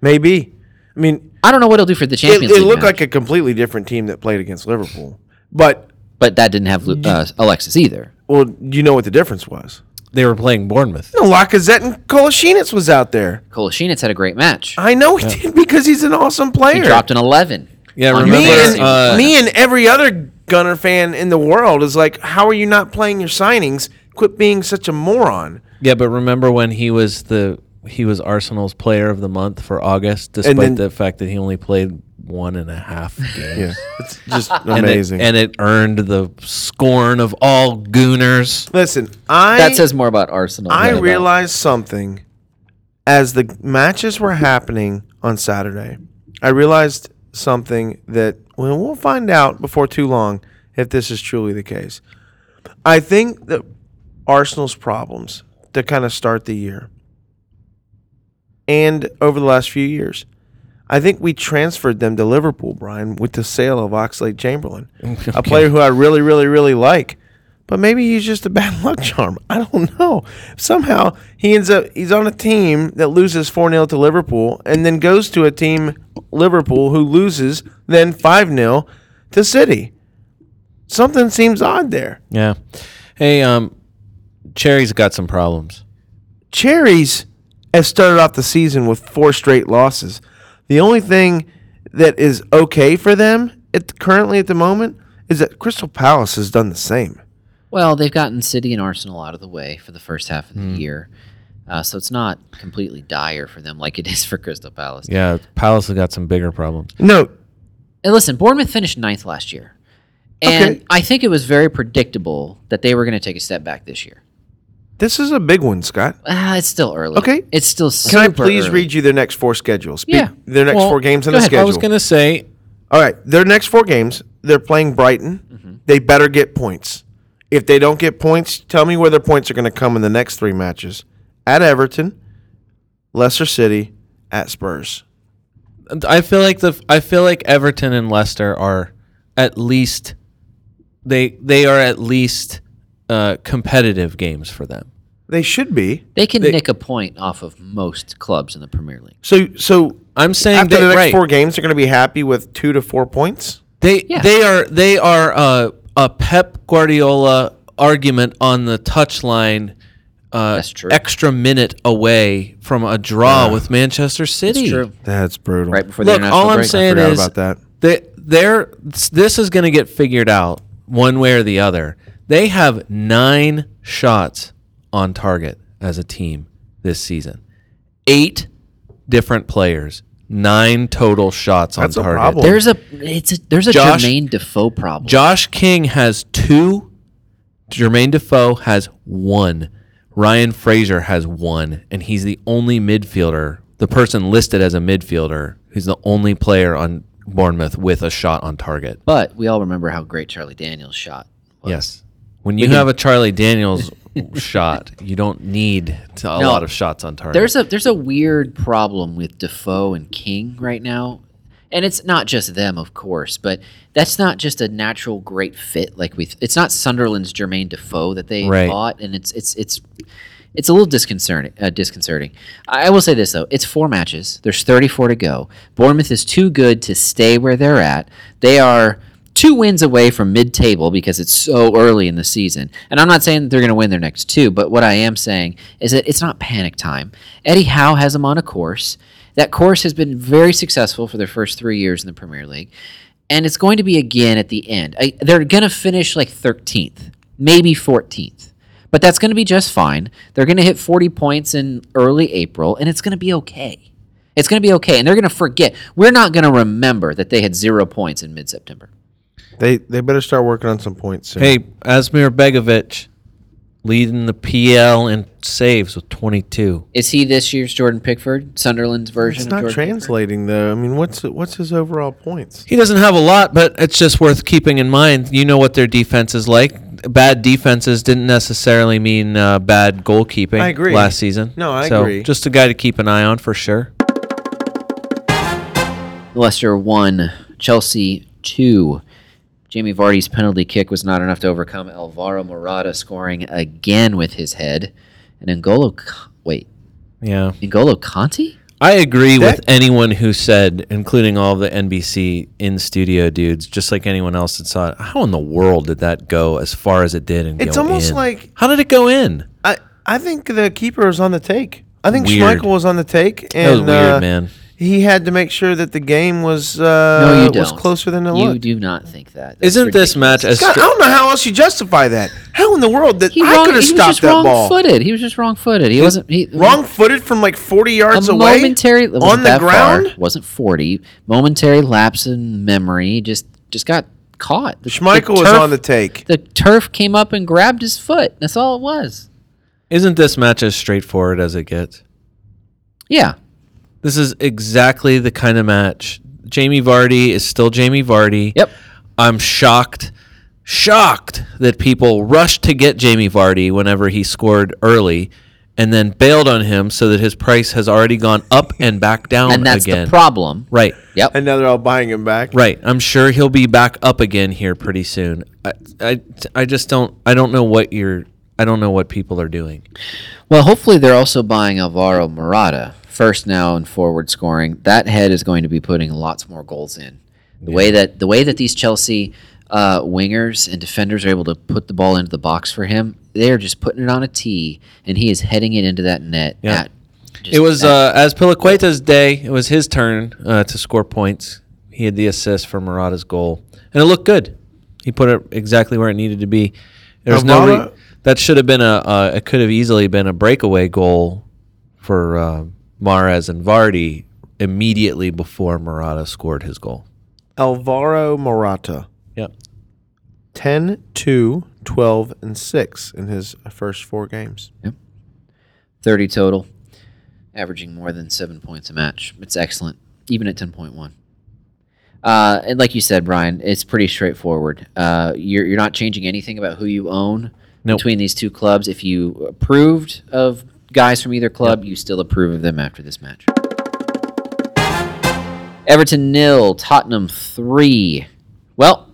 S2: maybe. I mean,
S3: I don't know what he'll do for the
S2: it,
S3: Champions
S2: it
S3: League.
S2: looked
S3: match,
S2: like a completely different team that played against Liverpool, but
S3: but that didn't have Lu- uh, Alexis either.
S2: well, you know what the difference was.
S4: They were playing Bournemouth.
S2: You know, Lacazette and Kolasinac was out there.
S3: Kolasinac had a great match.
S2: I know he did because he's an awesome player.
S3: He dropped an 11.
S4: Yeah,
S3: On
S4: remember,
S2: me
S3: Monday.
S2: and
S4: Amazing. uh,
S2: me and every other Gunner fan in the world is like, how are you not playing your signings? Quit being such a moron.
S4: Yeah, but remember when he was the he was Arsenal's player of the month for August, despite
S2: then-
S4: the fact that he only played one and a half games.
S2: it's just
S4: And it-
S2: amazing.
S4: And it, earned the scorn of all gooners.
S2: listen, I
S3: That says more about Arsenal.
S2: I
S3: than about-
S2: realized something as the matches were happening on Saturday. I realized something that well, we'll find out before too long if this is truly the case. I think that Arsenal's problems to kind of start the year and over the last few years. I think we transferred them to Liverpool, Brian, with the sale of Oxlade Chamberlain, a player who I really, really, really like. But maybe he's just a bad luck charm. I don't know. Somehow he ends up he's on a team that loses four 0 to Liverpool, and then goes to a team Liverpool who loses then five 0 to City. Something seems odd there.
S4: Yeah. Hey, um, Cherry's got some problems.
S2: Cherries have started off the season with four straight losses. The only thing that is okay for them at currently at the moment is that Crystal Palace has done the same.
S3: Well, they've gotten City and Arsenal out of the way for the first half of
S4: Hmm.
S3: the year. Uh, so it's not completely dire for them like it is for Crystal Palace.
S4: Yeah, Palace has got some bigger problems.
S2: No,
S3: And listen, Bournemouth finished ninth last year. And
S2: Okay.
S3: I think it was very predictable that they were going to take a step back this year.
S2: this is a big one, Scott.
S3: Ah, it's still early.
S2: Okay.
S3: It's still
S2: Can
S3: super
S2: I please
S3: early.
S2: read you their next four schedules? Be-
S3: Yeah.
S2: Their next
S4: Well,
S2: four games on
S4: go
S2: the
S4: ahead.
S2: schedule.
S4: I was gonna Mm-hmm. say
S2: All right. Their next four games, they're playing Brighton. They better get points. If they don't get points, tell me where their points are going to come in the next three matches at Everton, Leicester City, at Spurs.
S4: I feel like the I feel like Everton and Leicester are at least they they are at least uh, competitive games for them.
S2: They should be.
S3: They can nick a point off of most clubs in the Premier League.
S2: So, so
S4: I'm saying
S2: after
S4: that
S2: the next
S4: right.
S2: four games, they're going to be happy with two to four points.
S4: They
S3: Yeah.
S4: they are they are uh, a Pep Guardiola argument on the touchline. Uh,
S3: That's true.
S4: Extra minute away from a draw with Manchester City.
S3: It's true.
S2: That's brutal.
S3: Right before the
S4: Look,
S3: international
S4: all I'm
S3: break.
S4: saying
S2: forgot
S4: is
S2: about that.
S4: They, they're, this is going to get figured out one way or the other. They have nine shots on target as a team this season. Eight different players, nine total shots
S2: That's a
S4: on target.
S2: problem.
S3: There's a it's a there's a
S4: Josh-
S3: Jermaine Defoe problem.
S4: Josh King has two. Jermaine Defoe has one. Ryan Fraser has one, and he's the only midfielder, the person listed as a midfielder, who's the only player on Bournemouth with a shot on target.
S3: But we all remember how great Charlie Daniels shot. was.
S4: Yes. When you have a Charlie Daniels shot. You don't need to, a
S3: No.
S4: lot of shots on target.
S3: There's a there's a weird problem with Defoe and King right now. And it's not just them, of course, but that's not just a natural great fit like we it's not Sunderland's Jermaine Defoe that they
S4: Right.
S3: bought and it's it's it's it's a little disconcerting. Uh, disconcerting. I I will say this though: it's four matches. There's 34 to go. Bournemouth is too good to stay where they're at. They are two wins away from mid-table because it's so early in the season. And I'm not saying that they're going to win their next two, but what I am saying is that it's not panic time. Eddie Howe has them on a course. That course has been very successful for their first three years in the Premier League, and it's going to be again at the end. I, they're going to finish like 13th, maybe 14th. But that's going to be just fine. They're going to hit 40 points in early April, and it's going to be okay. It's going to be okay, and they're going to forget. We're not going to remember that they had zero points in mid September.
S2: They they better start working on some points soon.
S4: hey, Asmir Begovic leading the PL in saves with 22.
S3: Is he this year's Jordan Pickford, Sunderland's version
S2: it's
S3: of
S2: not
S3: Jordan?
S2: translating though. I mean, what's what's his overall points?
S4: He doesn't have a lot, but it's just worth keeping in mind. You know what their defense is like. Bad defenses didn't necessarily mean uh, bad goalkeeping
S2: I agree.
S4: last season.
S2: No, I
S4: so
S2: agree.
S4: Just a guy to keep an eye on for sure.
S3: Leicester one, Chelsea two. Jamie Vardy's penalty kick was not enough to overcome Alvaro Morata scoring again with his head, and N'Golo. Ka- Wait,
S4: Yeah.
S3: N'Golo Conti?
S4: I agree
S2: That-
S4: with anyone who said, including all the NBC in studio dudes, just like anyone else that saw it. How in the world did that go as far as it did? And
S2: It's
S4: go
S2: almost
S4: in?
S2: like-
S4: how did it go in?
S2: I I think the keeper was on the take. I think
S4: Weird.
S2: Schmeichel was on the take, and
S4: That was weird,
S2: uh,
S4: man.
S2: he had to make sure that the game was uh,
S3: No, you don't.
S2: was closer than it
S3: You
S2: looked.
S3: do not think that. That's
S4: Isn't this match
S3: ridiculous.
S4: as
S2: God, I don't know how else you justify that. How in the world that
S3: He
S2: I
S3: wrong,
S2: could have
S3: he was
S2: stopped
S3: just
S2: that
S3: wrong
S2: ball?
S3: footed. He was just wrong footed. He wasn't he,
S2: Wrong footed from like forty
S3: A
S2: yards away
S3: momentary it wasn't
S2: on the
S3: that far.
S2: ground.
S3: wasn't forty. Momentary lapse in memory. Just just got caught. The,
S2: Schmeichel was
S3: turf-
S2: on the take.
S3: The turf came up and grabbed his foot. That's all it was.
S4: isn't this match as straightforward as it gets?
S3: Yeah.
S4: This is exactly the kind of match. Jamie Vardy is still Jamie Vardy.
S3: Yep.
S4: I'm shocked, shocked that people rushed to get Jamie Vardy whenever he scored early and then bailed on him so that his price has already gone up and back down
S3: And that's
S4: again.
S3: the problem.
S4: right.
S3: Yep.
S2: And now they're all buying him back.
S4: Right. I'm sure he'll be back up again here pretty soon. I, I, I just don't I don't know what you're I don't know what people are doing.
S3: Well, hopefully they're also buying Alvaro Morata first now in forward scoring. That head is going to be putting lots more goals in. The way that the way that these Chelsea uh, wingers and defenders are able to put the ball into the box for him, they are just putting it on a tee, and he is heading it into that net.
S4: Yeah.
S3: at- just
S4: It was
S3: at-
S4: uh, as Pilaqueta's day. It was his turn uh, to score points. He had the assist for Murata's goal, and it looked good. He put it exactly where it needed to be. There was no
S2: Alvaro-
S4: re- that should have been a. Uh, it could have easily been a breakaway goal for uh, Mares and Vardy immediately before Murata scored his goal.
S2: Alvaro Morata.
S4: Yep.
S2: 10, 2, 12, and 6 in his first four games.
S3: thirty total, averaging more than seven points a match. It's excellent, even at ten point one. Uh, and like you said, Brian, it's pretty straightforward. Uh, you're, you're not changing anything about who you own
S4: Nope.
S3: between these two clubs. If you approved of guys from either club, you still approve of them after this match. Everton nil, Tottenham three. Well,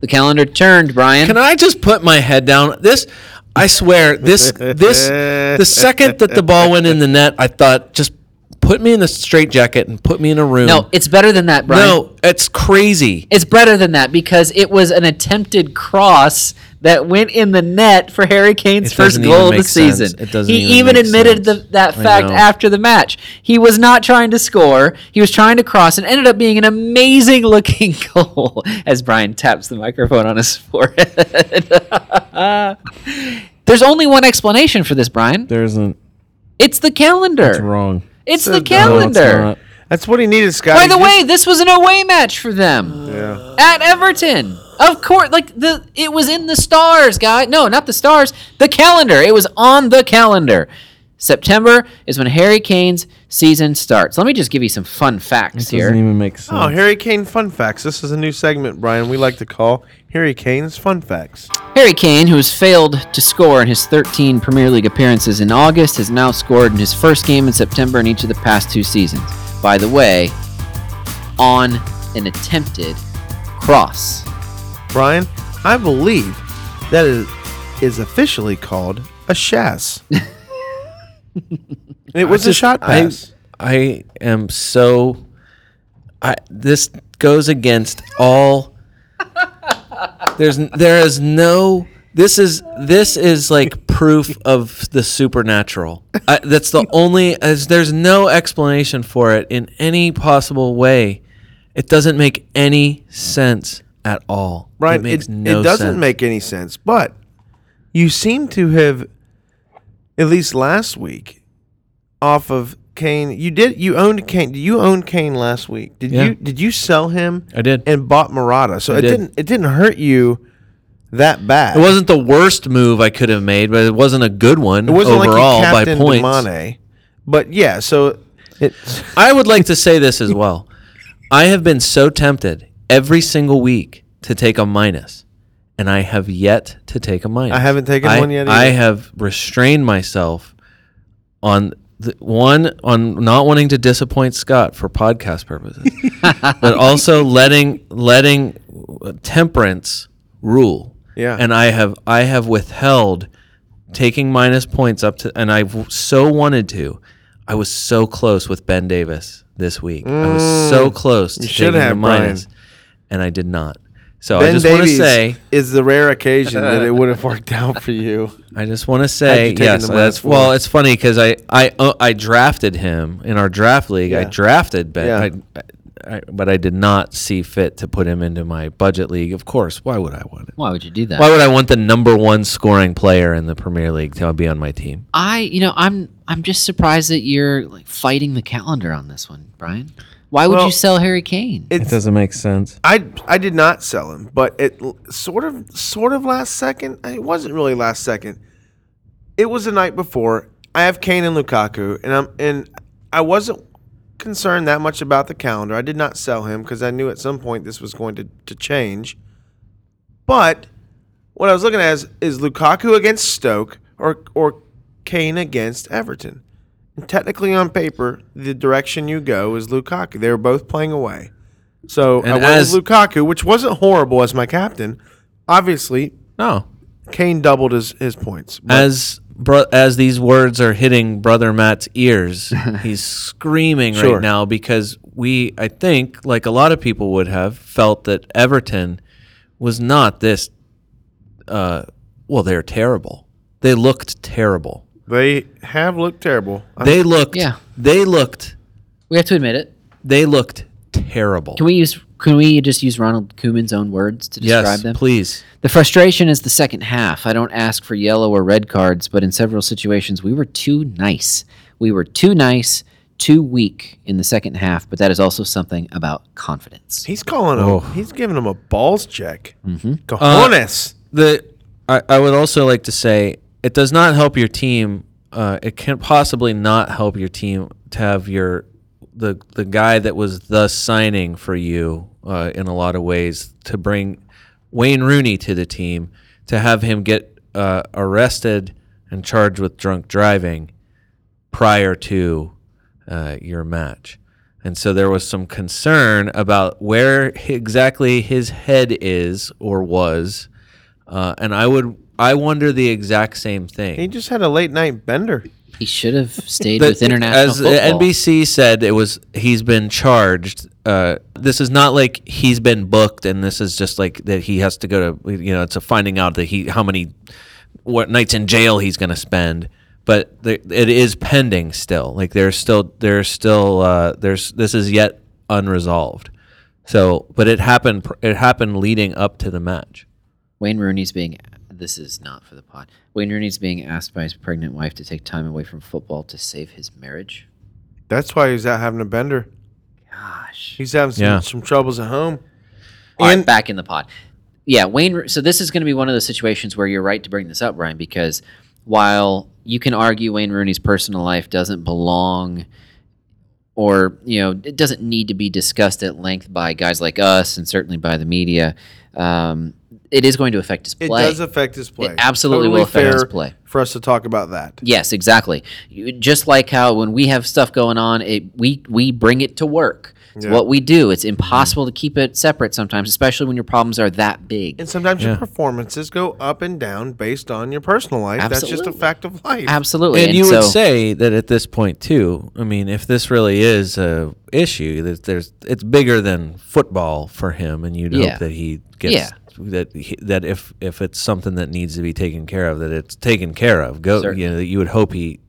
S3: the calendar turned, Brian.
S4: Can I just put my head down? This, I swear, this, this, the second that the ball went in the net, I thought, just put me in a straitjacket and put me in a room.
S3: no, it's better than that, Brian.
S4: no, it's crazy.
S3: It's better than that because it was an attempted cross that went in the net for Harry Kane's
S4: It
S3: first
S4: doesn't even
S3: goal of the
S4: make sense.
S3: season.
S4: It doesn't
S3: he
S4: even
S3: even,
S4: make
S3: admitted the,
S4: sense.
S3: that
S4: I
S3: fact
S4: know.
S3: after the match. He was not trying to score. He was trying to cross and ended up being an amazing looking goal as Brian taps the microphone on his forehead. There's only one explanation for this, Brian.
S6: There isn't.
S3: It's the calendar. It's,
S6: Wrong.
S3: the
S6: No,
S3: calendar.
S6: it's not.
S2: That's what he needed, Scott.
S3: By the way, this was an away match for them. At Everton. Of course, like the it was in the stars, guy. No, not the stars. The calendar. It was on the calendar. September is when Harry Kane's season starts. Let me just give you some fun facts here.
S4: Doesn't even make sense.
S2: Oh, Harry Kane fun facts. This is a new segment, Brian. We like to call Harry Kane's fun facts.
S3: Harry Kane, who has failed to score in his 13 Premier League appearances in August, has now scored in his first game in September in each of the past two seasons. By the way, on an attempted cross.
S2: Brian, I believe that is is officially called a shas. it was a shot
S4: I-
S2: pass.
S4: I am so. I this goes against all. There's n- there is no. This is this is like proof of the supernatural. I, that's the only. As there's no explanation for it in any possible way. It doesn't make any sense at all.
S2: Brian,
S4: it makes
S2: it,
S4: no
S2: it doesn't
S4: sense.
S2: make any sense, but you seem to have at least last week off of Kane. You did you owned Kane. You owned Kane last week. Did
S4: Yeah.
S2: you did you sell him
S4: I did.
S2: and bought Murata? So it
S4: did.
S2: didn't it didn't hurt you that bad.
S4: It wasn't the worst move I could have made, but it wasn't a good one
S2: it wasn't
S4: overall
S2: like you
S4: by
S2: captained
S4: points.
S2: Mane, but yeah, so it
S4: I would like to say this as well. I have been so tempted every single week to take a minus, and I have yet to take a minus.
S2: I haven't taken
S4: I-
S2: one yet
S4: I
S2: either.
S4: have restrained myself on the, one on not wanting to disappoint Scott for podcast purposes, but also letting letting temperance rule.
S2: Yeah.
S4: and I have I have withheld taking minus points up to, and I w- so wanted to. I was so close with Ben Davis this week. I was so close to
S2: Mm. should
S4: taking the
S2: have,
S4: minus, and I did not. So I
S2: Ben
S4: just want to
S2: Davies
S4: say,
S2: is the rare occasion that it would have worked out for you.
S4: I just want to say,
S2: taken
S4: yes,
S2: the minus
S4: that's well.
S2: four?
S4: It's funny because I I uh, I drafted him in our draft league. I
S2: Yeah.
S4: drafted Ben,
S2: Yeah.
S4: I, I, but I did not see fit to put him into my budget league. Of course, why would I want it?
S3: Why would you do that?
S4: Why would I want the number one scoring player in the Premier League to be on my team?
S3: I, you know, I'm I'm just surprised that you're like fighting the calendar on this one, Brian. Why would
S2: Well,
S3: you sell Harry Kane?
S2: It's
S4: doesn't make sense.
S2: I I did not sell him, but it l- sort of sort of last second. I- It wasn't really last second. It was the night before. I have Kane and Lukaku, and I'm and I wasn't concerned that much about the calendar. I did not sell him because I knew at some point this was going to, to change. But what I was looking at is, is Lukaku against Stoke or or Kane against Everton. And technically, on paper, the direction you go is Lukaku. They were both playing away. So I
S4: And
S2: went
S4: as-
S2: with Lukaku, which wasn't horrible as my captain. Obviously,
S4: No,
S2: Kane doubled his, his points. But
S4: as bro- as these words are hitting brother Matt's ears, he's screaming
S2: Sure.
S4: right now because we, I think, like a lot of people would have felt that Everton was not this. Uh, well, they're terrible. They looked terrible.
S2: they have looked terrible. I-
S4: They looked.
S3: Yeah.
S4: They looked.
S3: We have to admit it.
S4: They looked terrible.
S3: Can we use? Can we just use Ronald Koeman's own words to describe
S4: Yes,
S3: them?
S4: please.
S3: The frustration is the second half. I don't ask for yellow or red cards, but in several situations, we were too nice. We were too nice, too weak in the second half, but that is also something about confidence.
S2: he's calling him. He's giving him a balls check. Mm-hmm. Cojones.
S4: the I, I would also like to say it does not help your team. Uh, it can't possibly not help your team to have your the the guy that was the signing for you uh, in a lot of ways to bring Wayne Rooney to the team to have him get uh, arrested and charged with drunk driving prior to uh, your match. And so there was some concern about where h- exactly his head is or was. Uh, and I would, I wonder the exact same
S2: He
S4: thing.
S2: just had a late night bender.
S3: He should have stayed
S4: The-
S3: with international
S4: as the
S3: football.
S4: NBC said, it was he's been charged. Uh, this is not like he's been booked, and this is just like that he has to go to. You know, it's a finding out that he how many what nights in jail he's going to spend. But the, it is pending still. Like there's still there's still uh, there's this is yet unresolved. So, but it happened. pr- It happened leading up to the match.
S3: Wayne Rooney's being this is not for the pod. Wayne Rooney's being asked by his pregnant wife to take time away from football to save his marriage.
S2: That's why he's out having a bender.
S3: Gosh.
S2: He's having some,
S4: Yeah.
S2: some troubles at home.
S3: All right, back in the pod. Yeah, Wayne. So this is going to be one of those situations where you're right to bring this up, Brian, because while you can argue Wayne Rooney's personal life doesn't belong or you know it doesn't need to be discussed at length by guys like us and certainly by the media. Um, it is going to affect his
S2: It
S3: play.
S2: does affect his play.
S3: It absolutely
S2: Totally
S3: will affect his
S2: fair
S3: play.
S2: For us to talk about that.
S3: Yes, exactly. You- Just like how when we have stuff going on, it, we we bring it to work. It's what we do. It's impossible to keep it separate sometimes, especially when your problems are that big.
S2: And sometimes your performances go up and down based on your personal life. That's just a
S3: Absolutely.
S2: fact of life.
S3: Absolutely.
S4: And, you
S3: so,
S4: would say that at this point too. I mean, if this really is a issue, that there's it's bigger than football for him, and you'd
S3: Yeah.
S4: hope that he gets
S3: Yeah.
S4: that he, that if if it's something that needs to be taken care of, that it's taken care of. Go,
S3: Certainly.
S4: you know, that you would hope he.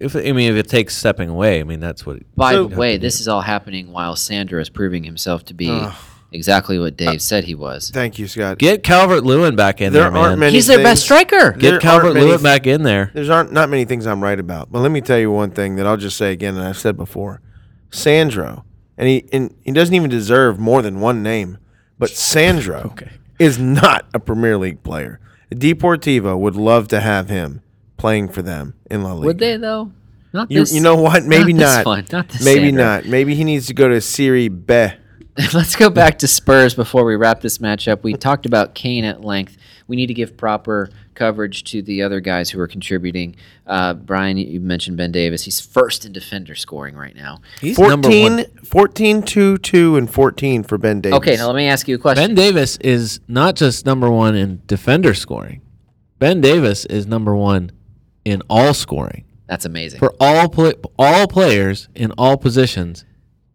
S4: If I mean, if it takes stepping away, I mean that's what.
S3: by the way, this is all happening while Sandra is proving himself to be exactly what Dave said he was.
S2: Thank you, Scott.
S4: Get Calvert Lewin back in
S2: There
S4: there, man.
S2: aren't many-
S3: He's their best
S2: things-
S3: striker.
S2: there
S4: Get
S2: aren't
S4: Calvert
S2: many-
S4: Lewin back in there.
S2: There's aren't not many things I'm right about, but let me tell you one thing that I'll just say again, and I've said before: Sandro, and he and he doesn't even deserve more than one name, but Sandro is not a Premier League player. Deportivo would love to have him playing for them in La Liga.
S3: Would they though? Not
S2: You,
S3: this.
S2: you know what? Maybe
S3: this
S2: not.
S3: one, not this
S2: Maybe
S3: Sandro.
S2: not. Maybe he needs to go to Serie B.
S3: Let's go back to Spurs before we wrap this match up. We talked about Kane at length. We need to give proper coverage to the other guys who are contributing. Uh, Brian, you you mentioned Ben Davis. He's first in defender scoring right now.
S4: He's number one.
S2: 14, 14, 2, 2, and 14 for Ben Davis.
S3: Okay, now let me ask you a question.
S4: Ben Davis is not just number one in defender scoring. Ben Davis is number one in all scoring
S3: That's amazing.
S4: for all pla all players in all positions.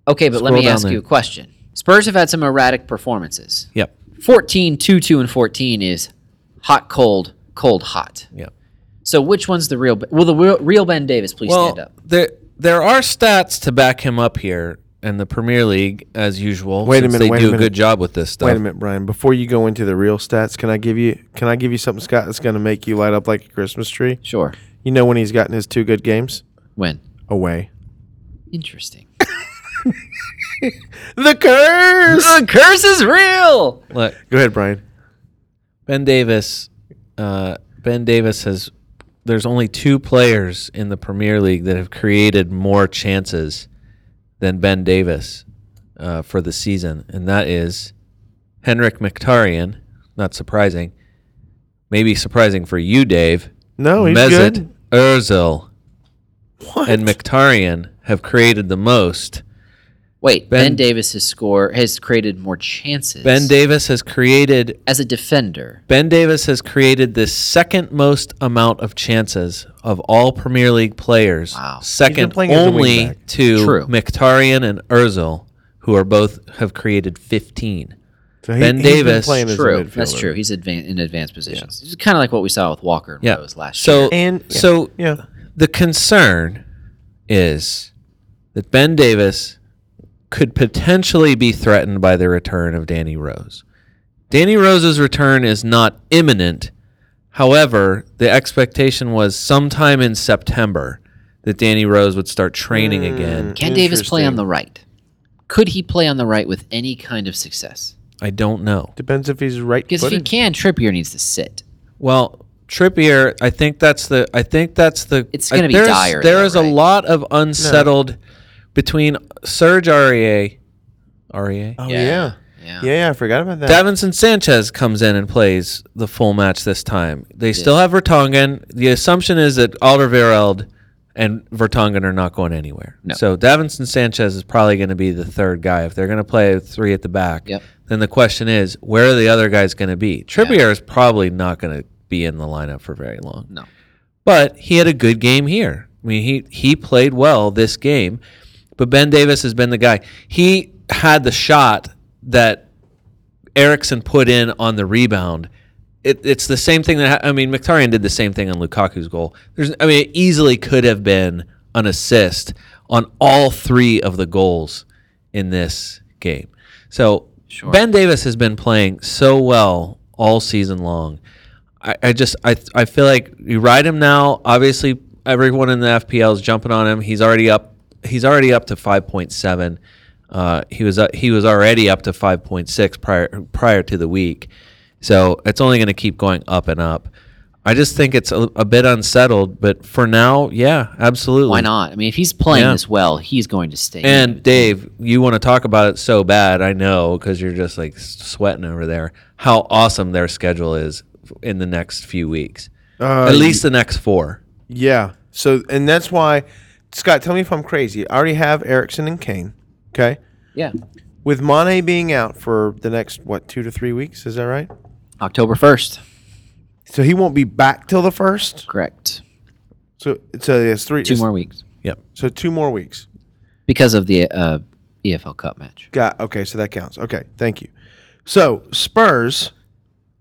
S3: Okay, but let
S4: Scroll
S3: me
S4: down
S3: ask
S4: there.
S3: you a question. Spurs have had some erratic performances.
S4: Yep.
S3: 14 2 2 and 14 is hot cold, cold hot.
S4: Yep.
S3: So which one's the real Ben- Will the real, real Ben Davis please stand up?
S4: there there are stats to back him up here in the Premier League as usual.
S2: Wait a
S4: since
S2: minute,
S4: They
S2: wait a
S4: do a
S2: minute.
S4: good job with this stuff.
S2: Wait a minute, Brian. Before you go into the real stats, can I give you can I give you something, Scott, that's going to make you light up like a Christmas tree?
S3: Sure.
S2: You know when he's gotten his two good games
S3: When?
S2: away.
S3: Interesting.
S2: The curse.
S3: the curse is real.
S4: Look,
S2: Go ahead, Brian.
S4: Ben Davis. Uh, ben Davis has. There's only two players in the Premier League that have created more chances than Ben Davis uh, for the season, and that is Henrik Mkhitaryan. Not surprising. Maybe surprising for you, Dave.
S2: No, Oh, he's
S4: Mesut
S2: good.
S4: Ozil and Mkhitaryan have created the most.
S3: Wait, Ben,
S4: Ben-
S3: Davis has score has created more chances.
S4: Ben Davis has created
S3: as a defender.
S4: Ben Davis has created the second most amount of chances of all Premier League players.
S3: Wow.
S2: He's been
S4: Second
S2: playing as a
S4: only
S2: wingback.
S4: to
S3: True.
S4: Mkhitaryan and Ozil, who are both have created 15.
S2: So he-
S4: Ben
S2: he's been
S4: Davis.
S2: playing as a
S3: True, that's
S2: midfielder.
S3: true. He's advan- in advanced positions. It's kind of like what we saw with Walker and
S4: Yeah.
S3: Rose last year.
S4: So
S2: And-
S4: so
S2: Yeah.
S4: the concern is that Ben Davis could potentially be threatened by the return of Danny Rose. Danny Rose's return is not imminent. However, the expectation was sometime in September that Danny Rose would start training again.
S3: Hmm. Can Davis play on the right? Could he play on the right with any kind of success?
S4: I don't know.
S2: Depends if he's right
S3: Because if he
S2: footed.
S3: can, Trippier needs to sit.
S4: Well, Trippier, I think that's the. I think that's the.
S3: It's gonna be
S4: there's-
S3: dire,
S4: There
S3: though,
S4: is
S3: right?
S4: a lot of unsettled between Serge Aurier, Aurier,
S2: Oh yeah.
S3: Yeah.
S2: yeah. Yeah, I forgot about that.
S4: Davinson Sanchez comes in and plays the full match this time. They still have Vertonghen. The assumption is that Alderweireld and Vertonghen are not going anywhere.
S3: No.
S4: So Davinson Sanchez is probably going to be the third guy if they're going to play three at the back.
S3: Yep.
S4: Then the question is, where are the other guys going to be? Trippier is probably not going to be in the lineup for very long.
S3: No.
S4: But he had a good game here. I mean, he he played well this game, but Ben Davis has been the guy. He had the shot that Erickson put in on the rebound. It, it's the same thing that ha- I mean, Mkhitaryan did the same thing on Lukaku's goal. There's, I mean, it easily could have been an assist on all three of the goals in this game. So Ben Davis has been playing so well all season long. I, I just I I feel like you ride him now. Obviously, everyone in the FPL is jumping on him. He's already up. He's already up to five point seven. Uh, he was uh, he was already up to five point six prior prior to the week. So it's only going to keep going up and up. I just think it's a, a bit unsettled, but for now, yeah, absolutely.
S3: Why not? I mean, if he's playing
S4: Yeah.
S3: this well, he's going to stay.
S4: And Dave, you want to talk about it so bad, I know, because you're just like s- sweating over there. How awesome their schedule is in the next few weeks,
S2: Uh,
S4: at least the next four.
S2: Yeah. So, and that's why, Scott, tell me if I'm crazy. I already have Erickson and Kane. Okay.
S3: yeah,
S2: With Mane being out for the next, what, two to three weeks? Is that right?
S3: October first,
S2: So he won't be back till the first.
S3: correct?
S2: So, so it's three.
S3: Two
S2: it's-
S3: more weeks
S4: Yep.
S2: So two more weeks.
S3: because of the uh, EFL Cup match.
S2: Got okay. So that counts. Okay. Thank you. So Spurs,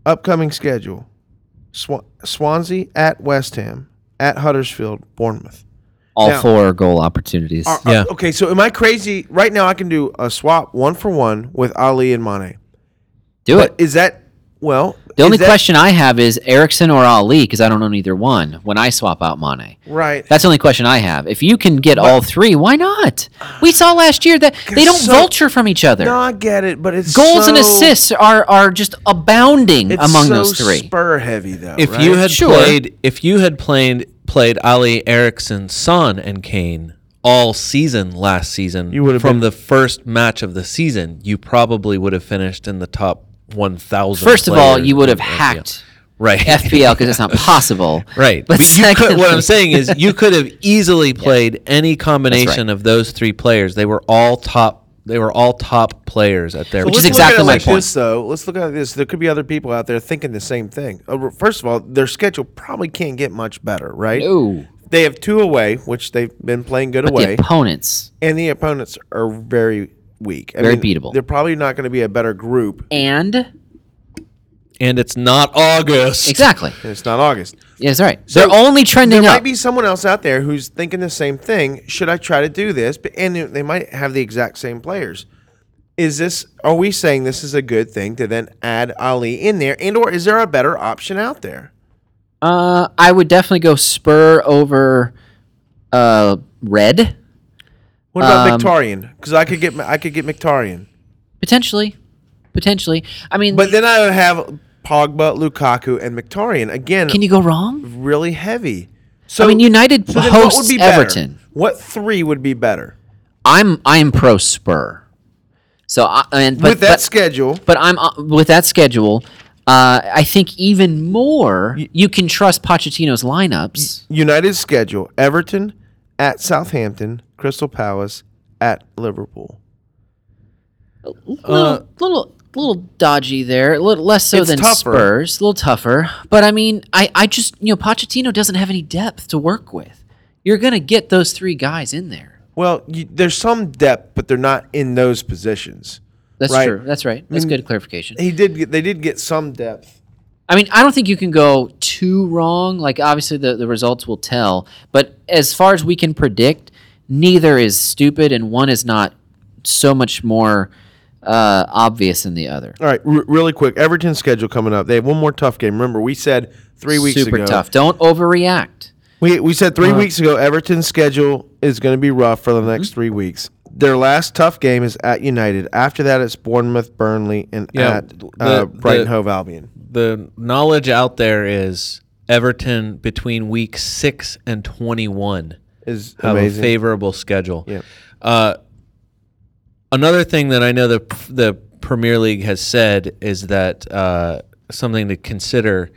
S2: upcoming schedule: Swa- Swansea at West Ham, at Huddersfield, Bournemouth.
S3: All
S2: Now-
S3: four goal opportunities.
S2: Are-
S4: Yeah.
S2: uh, okay, so am I crazy? Right now, I can do a swap one for one with Ali and Mane.
S3: Do
S2: But
S3: it.
S2: is that well?
S3: The
S2: is
S3: only
S2: that-
S3: question I have is Erickson or Ali because I don't own either one. When I swap out Mane,
S2: right?
S3: that's the only question I have. If you can get all three, why not? We saw last year that they don't
S2: so-
S3: vulture from each other.
S2: No, I get it, but it's
S3: Goals and
S2: so-
S3: assists are are just abounding
S2: It's
S3: among
S2: so
S3: those three.
S2: spur heavy though.
S4: If
S2: right?
S4: you had
S3: Sure.
S4: played, if you had played played Ali Erickson, Son, and Kane all season last season,
S2: You would've
S4: from
S2: been-
S4: the first match of the season, you probably would have finished in the top one thousand.
S3: First of all, you would have hacked
S4: right.
S3: FPL because it's not possible.
S4: Right.
S3: But
S4: But you could, what
S3: secondly-
S4: I'm saying is you could have easily played any combination of those three players. They were all top they were all top players at their
S2: But
S3: Which is
S2: let's look at
S3: exactly
S2: it
S3: my
S2: like
S3: point.
S2: This, though, let's look at this. There could be other people out there thinking the same thing. Uh, First of all, their schedule probably can't get much better, right?
S3: No.
S2: They have two away, which they've been playing good
S3: But
S2: away.
S3: the opponents
S2: and the opponents are very weak. I
S3: Very beatable.
S2: They're probably not going to be a better group.
S3: and
S4: and it's not August.
S3: exactly.
S2: It's not August.
S3: Yes, right. They're only trending
S2: There
S3: up.
S2: might be someone else out there who's thinking the same thing. Should I try to do this? But and they might have the exact same players. Is this? Are we saying this is a good thing to then add Ali in there, and or is there a better option out there?
S3: Uh, I would definitely go Spur over uh, Red
S2: What about
S3: Um,
S2: Victorian? Because I could get I could get Victorian,
S3: potentially, potentially. I mean,
S2: but then I would have Pogba, Lukaku, and Victorian again.
S3: can you go wrong?
S2: really heavy? So
S3: I mean, United
S2: so then what
S3: hosts
S2: would be better?
S3: Everton.
S2: What three would be better
S3: I'm I'm pro Spur. So I and but
S2: with that
S3: but-
S2: schedule?
S3: But I'm uh, with that schedule. Uh, I think even more you can trust Pochettino's lineups.
S2: United's schedule: Everton at Southampton, Crystal Palace at Liverpool.
S3: little, little, little dodgy there. A little less so
S2: Uh, It's
S3: than
S2: tougher.
S3: Spurs. A little tougher. But I mean, I, I just you know, Pochettino doesn't have any depth to work with. You're gonna get those three guys in there.
S2: Well, you, there's some depth, but they're not in those positions.
S3: That's
S2: Right. Mm.
S3: true. That's right. That's good clarification.
S2: He did. Get, they did get some depth.
S3: I mean, I don't think you can go too wrong. Like obviously, the the results will tell. But as far as we can predict, neither is stupid, and one is not so much more uh, obvious than the other.
S2: All right, r- really quick. Everton's schedule coming up. They have one more tough game. Remember, we said three weeks
S3: Super
S2: ago.
S3: tough. Don't overreact.
S2: We, we said three weeks ago Everton's schedule is going to be rough for the
S3: Mm-hmm.
S2: next three weeks. Their last tough game is at United. After that, it's Bournemouth, Burnley, and
S4: Yeah,
S2: at uh,
S4: the-
S2: Brighton
S4: the-
S2: Hove Albion.
S4: The knowledge out there is Everton between week six and twenty one
S2: Is
S4: have
S2: amazing.
S4: a favorable schedule.
S2: Yep.
S4: Uh, another thing that I know the the Premier League has said is that uh, something to consider.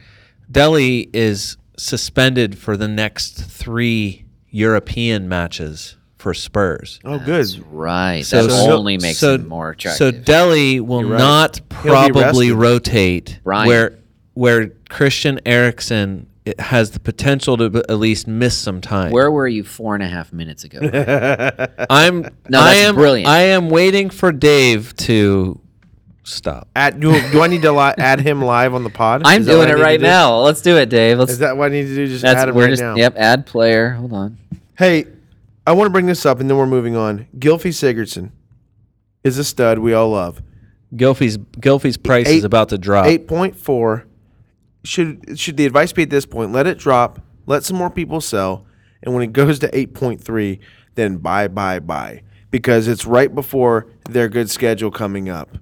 S4: Delhi is suspended for the next three European matches for Spurs.
S2: oh, good.
S3: Right. that only makes
S4: so-
S3: them more attractive.
S4: So Delhi will not
S2: He'll be
S4: probably
S2: rested.
S4: rotate
S3: Ryan.
S4: where where Christian Eriksen it has the potential to b- at least miss some time.
S3: Where were you four and a half minutes ago? Ryan?
S4: I'm
S3: No,
S4: I
S3: that's
S4: am
S3: brilliant.
S4: I am waiting for Dave to stop.
S2: At, do, do I need to li- add him live on the pod?
S3: I'm
S2: Is that what
S3: doing
S2: I
S3: it
S2: need to
S3: right
S2: do?
S3: now. Let's do it, Dave. Let's.
S2: Is that what I need to do? Just
S3: that's
S2: add him
S3: we're
S2: right
S3: just
S2: now.
S3: yep. Add player. Hold on.
S2: Hey, I want to bring this up, and then we're moving on. Gilfy Sigurdsson is a stud we all love.
S4: Gilfy's Gilfy's price
S2: Eight-
S4: is about to drop.
S2: Eight point four. Should should the advice be at this point? Let it drop. Let some more people sell, and when it goes to eight point three, then buy, buy, buy, because it's right before their good schedule coming up.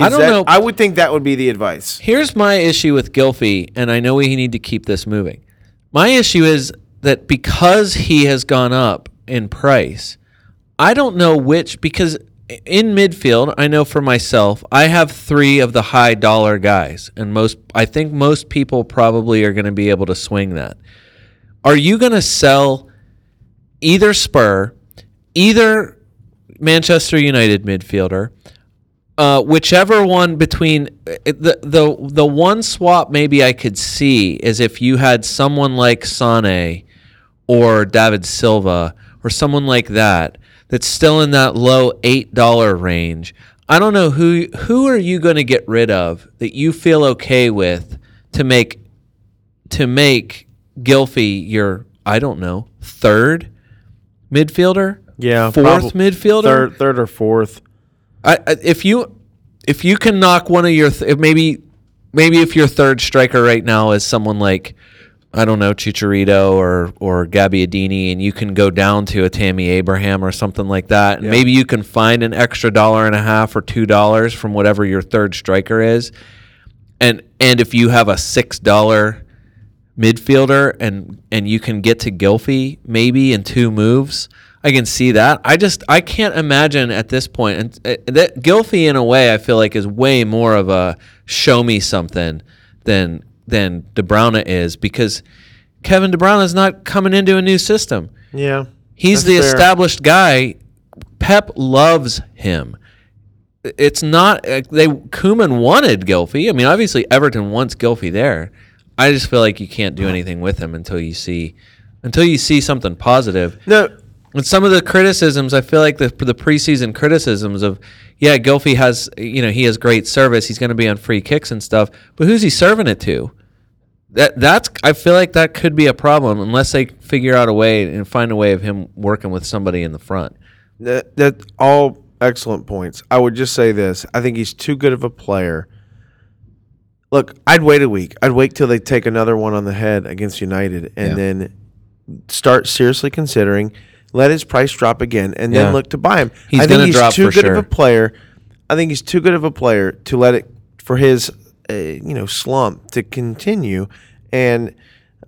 S4: I don't
S2: that-
S4: know.
S2: I would think that would be the advice.
S4: Here's my issue with Gilfy, and I know we need to keep this moving. My issue is that because he has gone up in price, I don't know which because in midfield, I know for myself, I have three of the high dollar guys, and most I think most people probably are going to be able to swing that. Are you going to sell either Spur, either Manchester United midfielder, uh, whichever one between uh, the the the one swap maybe I could see is if you had someone like Sane or David Silva or someone like that that's still in that low eight dollar range. I don't know who who are you going to get rid of that you feel okay with to make to make Gilfy your I don't know third midfielder
S2: Yeah,
S4: fourth
S2: prob-
S4: midfielder
S2: Third, third or fourth.
S4: I, I- if you if you can knock one of your th- if maybe maybe if your third striker right now is someone like I don't know Chicharito or or Gabbiadini, and you can go down to a Tammy Abraham or something like that, and maybe you can find an extra dollar and a half or two dollars from whatever your third striker is, and and if you have a six dollar midfielder and and you can get to Gilfy maybe in two moves. I can see that. I just I can't imagine at this point and uh, that Gilfy in a way I feel like is way more of a show me something than than De Bruyne is because Kevin De Bruyne is not coming into a new system.
S2: Yeah,
S4: He's
S2: That's
S4: the
S2: fair.
S4: established guy. Pep loves him. It's not uh, they Kuman wanted Gilfy. I mean, obviously Everton wants Gilfy there. I just feel like you can't do anything with him until you see until you see something positive.
S2: No,
S4: And some of the criticisms, I feel like the the preseason criticisms of, yeah, Gilfy has you know he has great service. He's going to be on free kicks and stuff, but who's he serving it to? That that's I feel like that could be a problem unless they figure out a way and find a way of him working with somebody in the front.
S2: That, that all excellent points. I would just say this: I think he's too good of a player. Look, I'd wait a week. I'd wait till they take another one on the head against United, and then start seriously considering. Let his price drop again, and
S4: Yeah.
S2: then look to buy him.
S4: He's
S2: I think
S4: gonna
S2: he's
S4: drop
S2: too
S4: for
S2: good
S4: sure.
S2: of a player. I think he's too good of a player to let it for his uh, you know slump to continue, and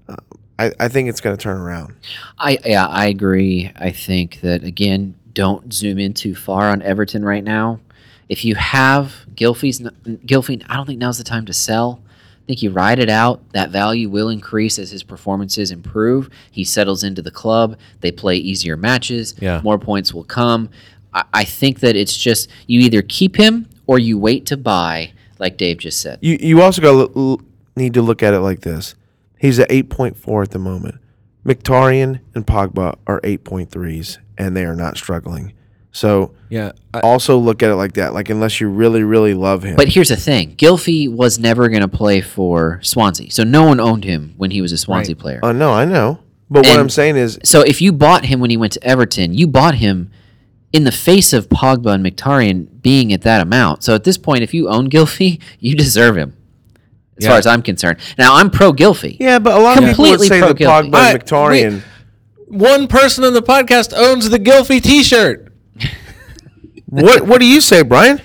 S2: uh, I, I think it's going to turn around.
S3: I yeah, I agree. I think that again, don't zoom in too far on Everton right now. If you have Gilfy's Gilfy, I don't think now's the time to sell. I think you ride it out. That value will increase as his performances improve. He settles into the club. They play easier matches.
S4: Yeah.
S3: More points will come. I, I think that it's just you either keep him or you wait to buy, like Dave just said.
S2: you you also got to need to look at it like this. He's at eight point four at the moment. Mctarian and Pogba are eight point threes, and they are not struggling. So
S4: Yeah,
S2: also look at it like that. Like unless you really really love him,
S3: But here's the thing: Gilfy was never going to play for Swansea, so no one owned him when he was a Swansea player.
S2: uh, no, I know. But what
S3: And-
S2: I'm saying is,
S3: So if you bought him when he went to Everton, you bought him in the face of Pogba and Mkhitaryan being at that amount. So at this point, if you own Gilfy, you deserve him. As far as I'm concerned. Now I'm pro Gilfy.
S2: yeah. But a lot of people would
S3: Completely
S2: say that
S3: pro-Gilfy.
S2: Pogba
S4: I-
S2: and Mkhitaryan.
S4: one person on the podcast owns the Gilfy T-shirt.
S2: What what do you say, Brian?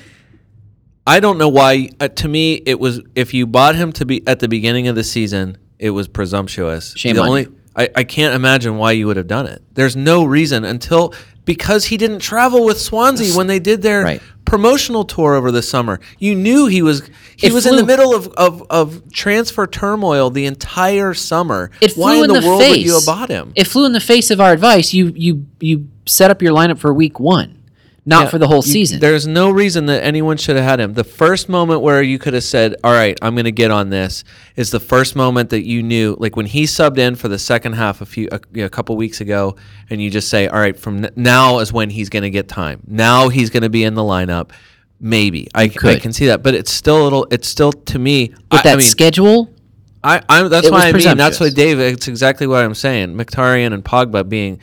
S4: I don't know why. Uh, to me, it was if you bought him to be at the beginning of the season, it was presumptuous.
S3: Shame
S4: the
S3: on
S4: only,
S3: you.
S4: I, I can't imagine why you would have done it. There's no reason until because he didn't travel with Swansea when they did their
S3: Right.
S4: promotional tour over the summer. You knew he was he
S3: It
S4: was in the
S3: flew-
S4: middle of, of, of transfer turmoil the entire summer.
S3: It flew
S4: why
S3: in, the,
S4: world
S3: face.
S4: would you have bought him?
S3: It flew in the face of our advice. You you you set up your lineup for week one, not for the whole
S4: You-
S3: season.
S4: There's no reason that anyone should have had him. The first moment where you could have said, "All right, I'm going to get on this," is the first moment that you knew, like when he subbed in for the second half a few a, you know, a couple weeks ago, and you just say, "All right, from n- now is when he's going to get time. Now he's going to be in the lineup." Maybe I, I
S3: could.
S4: can see that, but it's still a little. It's still to me. I,
S3: With that
S4: I mean,
S3: schedule,
S4: I, I'm, that's
S3: It was
S4: why I mean. That's
S3: presumptuous.
S4: what Dave. It's exactly what I'm saying. Mkhitaryan and Pogba being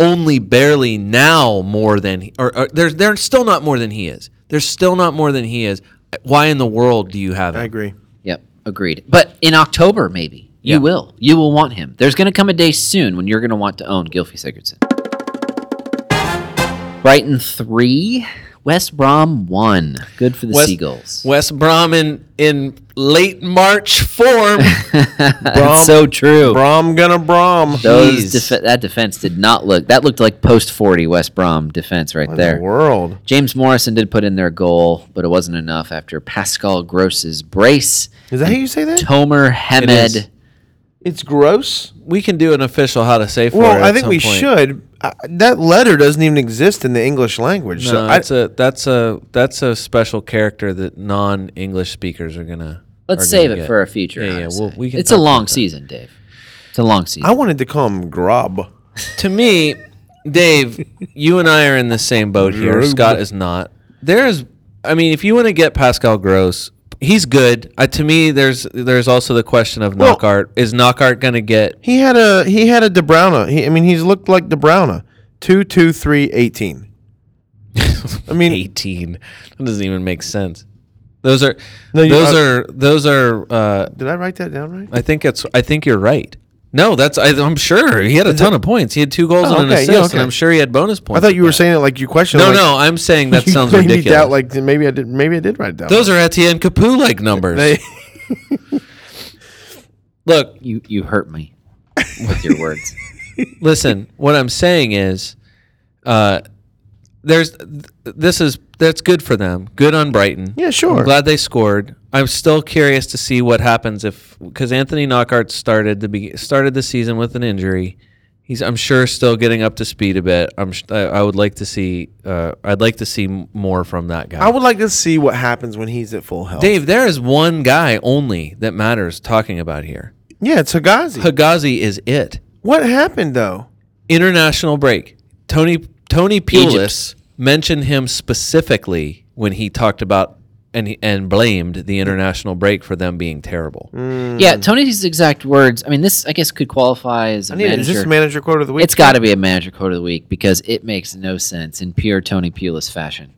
S4: only barely now more than, or, or they're they're still not more than he is. They're still not more than he is. Why in the world do you have him?
S2: I agree.
S3: Yep, agreed. But in October, maybe you
S4: Yeah.
S3: will. You will want him. There's going to come a day soon when you're going to want to own Gilfy Sigurdsson. Brighton three, West Brom won. Good for the
S4: West-
S3: Seagulls.
S4: West Brom in, in late March form.
S3: That's Uh, so true.
S2: Brom gonna Brom.
S3: Those
S4: Jeez.
S3: def- that defense did not look. That looked like post forty West Brom defense right
S2: In the
S3: there.
S2: world.
S3: James Morrison did put in their goal, but it wasn't enough after Pascal Gross's brace.
S2: Is that how you say that?
S3: Tomer
S4: is.
S3: Hemed.
S2: It's gross.
S4: we can do an official how to say for it
S2: Well,
S4: at
S2: I think
S4: some
S2: we
S4: point.
S2: should. Uh, that letter doesn't even exist in the English language.
S4: No,
S2: so I,
S4: that's a that's a that's a special character that non-English speakers are gonna.
S3: Let's
S4: are
S3: save
S4: gonna
S3: it
S4: get.
S3: for a future.
S4: Yeah, yeah,
S3: Odyssey.
S4: well, we can
S3: it's a
S4: talk
S3: long
S4: about that.
S3: season, Dave. It's a long season.
S2: I wanted to call him Grob.
S4: to me, Dave, you and I are in the same boat here. Scott is not. There's, I mean, if you want to get Pascal Gross, he's good. Uh, to me, there's there's also the question of
S2: Well-
S4: Knockart. Is Knockart going to get?
S2: He had a he had a DeBrowna. He, I mean, he's looked like DeBrowna. Two, two, three, eighteen. I mean,
S4: 18. That doesn't even make sense. Those are
S2: No, you-
S4: those
S2: I-
S4: are those are. Uh,
S2: did I write that down right?
S4: I think it's. I think you're right. No, that's. I, I'm sure he had a ton of points. He had two goals
S2: Oh,
S4: and an
S2: okay,
S4: assist,
S2: yeah, okay.
S4: and I'm sure he had bonus points.
S2: I thought
S4: with
S2: you were
S4: that.
S2: saying it like you questioned.
S4: No,
S2: like,
S4: no, I'm saying that
S2: you
S4: sounds
S2: made me
S4: ridiculous.
S2: Doubt, like maybe I did. Maybe I did write it down.
S4: Those are Etienne Capoue like numbers.
S2: They-
S4: Look,
S3: you you hurt me with your words.
S4: listen. What I'm saying is, uh, there's th- this is that's good for them. Good on Brighton.
S2: Yeah, sure.
S4: I'm glad they scored. I'm still curious to see what happens if because Anthony Knockart started the be, started the season with an injury. He's I'm sure still getting up to speed a bit. I'm sh- I, I would like to see uh, I'd like to see m- more from that guy.
S2: I would like to see what happens when he's at full health.
S4: Dave, there is one guy only that matters talking about here.
S2: Yeah, it's Higazi.
S4: Higazi is it.
S2: what happened though?
S4: international break. Tony Tony Pulis mentioned him specifically when he talked about and and blamed the international break for them being terrible.
S3: yeah, Tony's exact words. I mean, this I guess could qualify as a
S2: I need
S3: manager.
S2: is this manager quote of the week?
S3: it's got to be a manager quote of the week because it makes no sense in pure Tony Pulis fashion.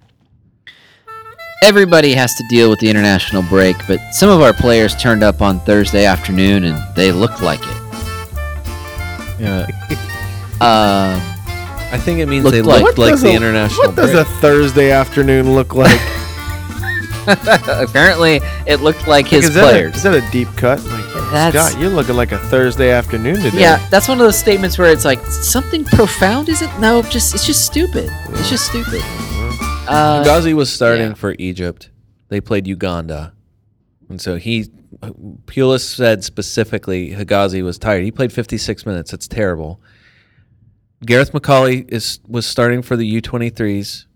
S3: Everybody has to deal with the international break, but some of our players turned up on Thursday afternoon and they looked like it.
S4: Yeah,
S3: Um,
S4: I think it means
S3: Looked
S4: they
S3: like-
S4: looked like
S2: does
S4: the
S2: a-
S4: international
S2: What does
S4: break.
S2: a Thursday afternoon look like?
S3: Uh, apparently, it looked like his
S2: is, that a,
S3: players.
S2: is that a deep cut? Like,
S3: That's-
S2: Scott, you're looking like a Thursday afternoon today.
S3: Yeah, that's one of those statements where it's like something profound isn't. No, just it's just stupid. It's just stupid. Uh,
S4: Ghazi was starting
S3: Yeah.
S4: for Egypt. They played Uganda, and so he Pulis said specifically Higazi was tired. He played 56 minutes. It's terrible. Gareth McCauley is was starting for the U23s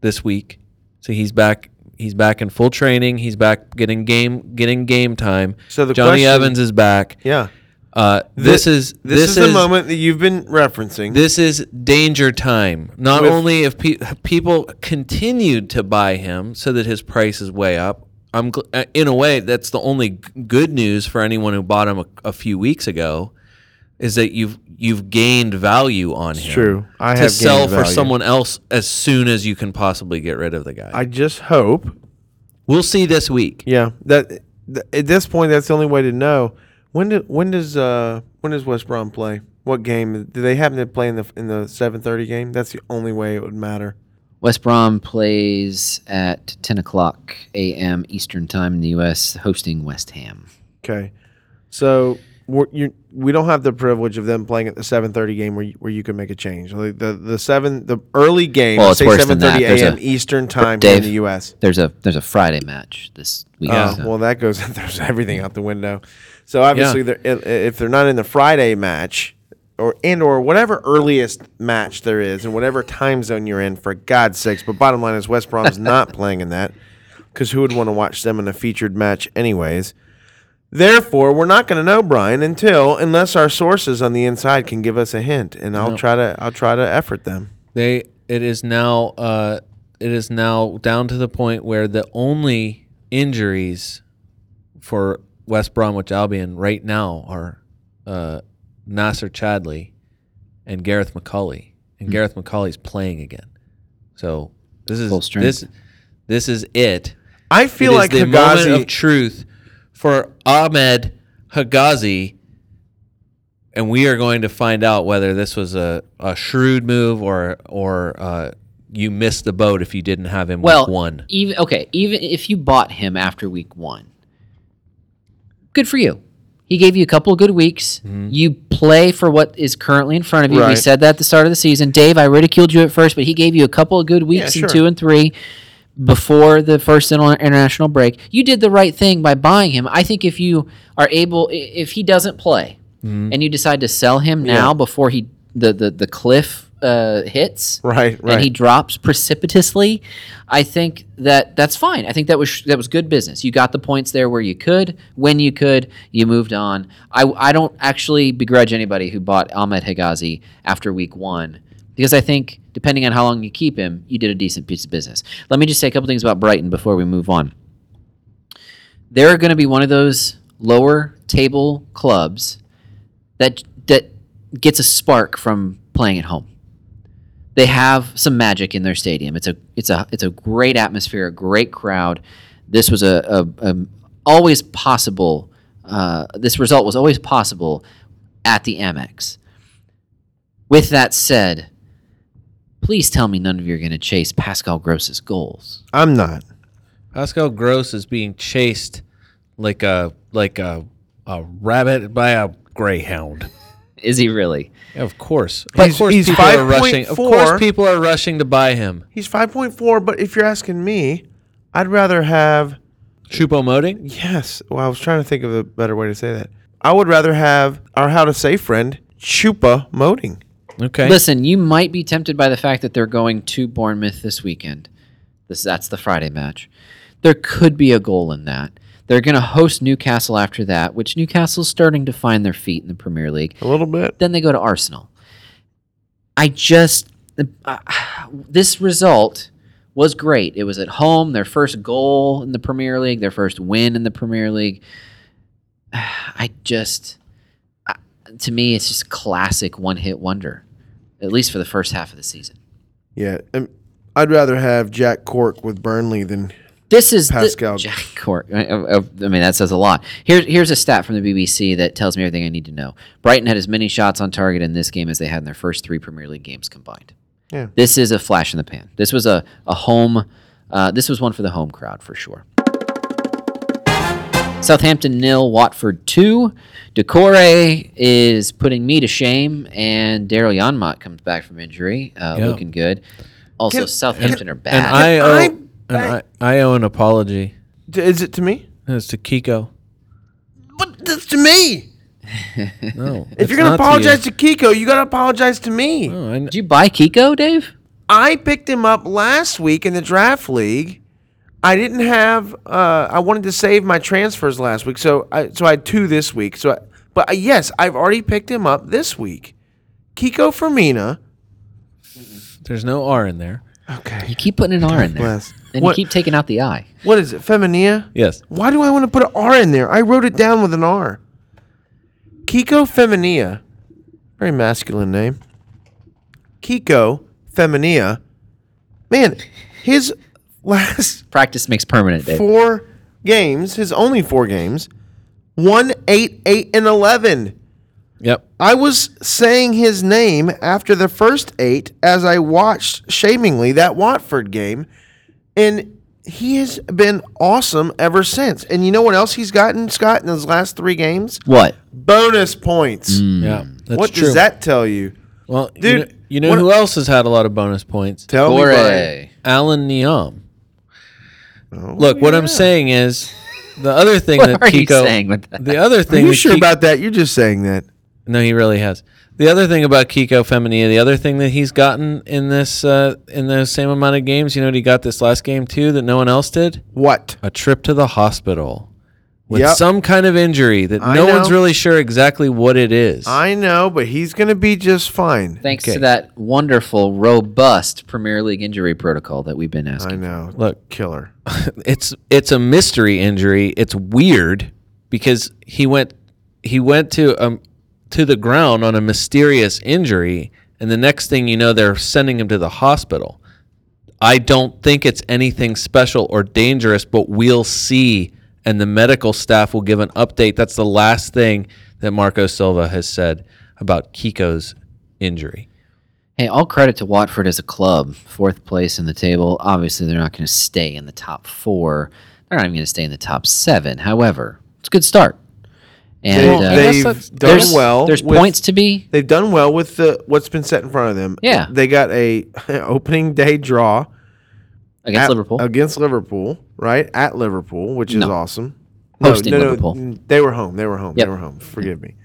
S4: this week, so he's back. He's back in full training. He's back getting game getting game time.
S2: So the
S4: Johnny
S2: question-
S4: Evans is back.
S2: Yeah.
S4: Uh, this
S2: Thi-
S4: is
S2: this, is, the moment that you've been referencing.
S4: this is danger time. Not
S2: With-
S4: only if pe- people continued to buy him so that his price is way up. I'm gl- uh, in a way that's the only g- good news for anyone who bought him a, a few weeks ago is that you've you've gained value on him.
S2: true. I
S4: to
S2: have gained
S4: sell for
S2: value.
S4: someone else as soon as you can possibly get rid of the guy.
S2: I just hope.
S4: we'll see this week.
S2: Yeah. That th- at this point, that's the only way to know when do, when does uh when does West Brom play? What game do they happen to play in the in the seven thirty game? That's the only way it would matter.
S3: West Brom plays at 10 o'clock a.m. Eastern Time in the U.S., hosting West Ham.
S2: Okay. So we're, you we don't have the privilege of them playing at the seven thirty game where you, where you can make a change. Like the the seven the early game.
S3: Well, it's
S2: say
S3: worse than that.
S2: 7:30
S3: There's
S2: a.m.
S3: a-
S2: Eastern time here in
S3: Dave.
S2: the U.S.
S3: There's a there's a Friday match this week.
S2: Yeah.
S3: so-
S2: Um, well, that goes there's everything out the window. So obviously, they're, if- if they're not in the Friday match or and or whatever earliest match there is, and whatever time zone you're in, for God's sakes. But bottom line is, West Brom's not playing in that because who would want to watch them in a featured match anyways? Therefore, we're not going to know Brian until unless our sources on the inside can give us a hint, and I'll try to I'll try to effort them.
S4: They it is now uh, it is now down to the point where the only injuries for West Bromwich Albion right now are uh, Nasser Chadley and Gareth McCauley,
S3: Hmm.
S4: and Gareth McCauley's playing again. So this
S3: Full
S4: is
S3: strength.
S4: this this is it.
S2: I feel
S4: It is
S2: like
S4: the moment
S2: Higazi
S4: of truth for Ahmed Hagazi, and we are going to find out whether this was a, a shrewd move or or uh, you missed the boat if you didn't have him
S3: Well,
S4: week one.
S3: Even okay, even if you bought him after week one, good for you. He gave you a couple of good weeks. You play for what is currently in front of you. We
S2: Right.
S3: said that at the start of the season. Dave, I ridiculed you at first, but he gave you a couple of good weeks
S2: sure.
S3: in two and three before the first inter- international break. You did the right thing by buying him. I think if you are able, i- if he doesn't play and you decide to sell him now before he the the, the cliff uh, hits,
S2: Right, right.
S3: and he drops precipitously, I think that that's fine. I think that was that was good business. You got the points there where you could, when you could, you moved on. I I don't actually begrudge anybody who bought Ahmed Higazi after week one because I think depending on how long you keep him, you did a decent piece of business. Let me just say a couple things about Brighton before we move on. They're going to be one of those lower table clubs that that gets a spark from playing at home they have some magic in their stadium. It's a it's a it's a great atmosphere, a great crowd. This was a, a, a always possible. Uh, this result was always possible at the Amex. With that said, please tell me none of you are going to chase Pascal Gross's goals.
S2: I'm not.
S4: Pascal Gross is being chased like a like a a rabbit by a greyhound.
S3: Is he really?
S4: Of course,
S2: But
S4: of course,
S2: he's- he's
S4: people are rushing. Of
S2: 5.4.
S4: course, people are rushing to buy him.
S2: He's 5.4, but if you're asking me, I'd rather have
S4: Chupo Moting.
S2: Yes. Well, I was trying to think of a better way to say that. I would rather have our how to say friend Chupa moting.
S4: Okay.
S3: Listen, you might be tempted by the fact that they're going to Bournemouth this weekend. This that's the Friday match. There could be a goal in that. They're going to host Newcastle after that, which Newcastle's starting to find their feet in the Premier League.
S2: A little bit.
S3: Then they go to Arsenal. I just uh, this result was great. It was at home, their first goal in the Premier League, their first win in the Premier League. I just I- to me it's just classic one-hit wonder. At least for the first half of the season.
S5: Yeah. Um, I'd rather have Jack Cork with Burnley than
S3: This is the-
S5: Pascal.
S3: Jack Cork. I I- I mean, that says a lot. Here's here's a stat from the BBC that tells me everything I need to know. Brighton had as many shots on target in this game as they had in their first three Premier League games combined.
S2: Yeah.
S3: This is a flash in the pan. This was a a home. Uh, this was one for the home crowd for sure. Southampton nil, Watford two. Decore is putting me to shame, and Daryl Yanmot comes back from injury, uh,
S4: Yeah.
S3: looking good. Also, Southampton are bad.
S4: and I owe
S2: I-
S4: and I, I owe an apology.
S2: D- is it to me?
S4: It's to Kiko.
S2: But that's to me.
S4: No,
S2: If you're gonna apologize to, Kiko, you gotta apologize to me.
S4: no, I,
S3: Did you buy Kiko, Dave?
S2: I picked him up last week in the draft league. I didn't have. Uh, I wanted to save my transfers last week, so I so I had two this week. So, I, but uh, yes, I've already picked him up this week. Kiko Firmina.
S4: there's no R in there.
S2: Okay.
S3: You keep putting an R in there,
S2: Bless.
S3: and
S2: What-
S3: you keep taking out the I.
S2: What is it? Feminia.
S4: Yes.
S2: Why do I want to put an R in there? I wrote it down with an R. Kiko Feminia. Very masculine name. Kiko Feminia. Man, his last
S3: Practice makes permanent, Dave.
S2: four games, his only four games, one, eight, eight, and 11.
S4: Yep.
S2: I was saying his name after the first eight as I watched shamingly that Watford game, and he has been awesome ever since. And you know what else he's gotten, Scott, in his last three games?
S3: What?
S2: Bonus points.
S4: Yeah. That's
S2: Hmm. what
S4: true.
S2: does that tell you?
S4: Well,
S2: Dude,
S4: you know, you know
S2: what-
S4: who else has had a lot of bonus points?
S2: Tell me, buddy.
S3: Corey.
S4: Alan Niam.
S2: Oh,
S4: Look, what I'm saying is, the other thing
S3: What
S4: that
S3: are you
S4: Kiko,
S3: saying with that?
S4: the other
S2: Are
S4: thing,
S2: you
S4: that
S2: sure
S4: Ki-
S2: about that? You're just saying that.
S4: No, he really has. The other thing about Kiko Femini, the other thing that he's gotten in this uh, in those same amount of games, you know what he got this last game too that no one else did?
S2: What?
S4: A trip to the hospital with
S2: Yep.
S4: some kind of injury that
S2: I
S4: no
S2: know.
S4: one's really sure exactly what it is.
S2: I know, but he's going to be just fine.
S3: Thanks
S4: Okay.
S3: to that wonderful, robust Premier League injury protocol that we've been
S2: I
S3: asking.
S2: know.
S4: Look,
S2: Killer.
S4: it's it's a mystery injury. It's weird because he went he went to um to the ground on a mysterious injury, and the next thing you know, they're sending him to the hospital. I don't think it's anything special or dangerous, but we'll see, and the medical staff will give an update. That's the last thing that Marco Silva has said about Kiko's injury.
S3: Hey, all credit to Watford as a club. Fourth place in the table. Obviously, they're not going to stay in the top four. They're not even going to stay in the top seven. However, it's a good start. And
S2: Well,
S3: uh,
S2: they've done
S3: there's,
S2: well.
S3: There's
S2: with-
S3: points to be.
S2: They've done well with the what's been set in front of them.
S3: Yeah.
S2: they got a opening day draw
S3: Against
S2: at-
S3: Liverpool.
S2: Against Liverpool, right at Liverpool, which is
S3: No.
S2: awesome.
S3: Hosting Liverpool.
S2: they were home. They were home.
S3: Yep.
S2: They were home. Forgive me.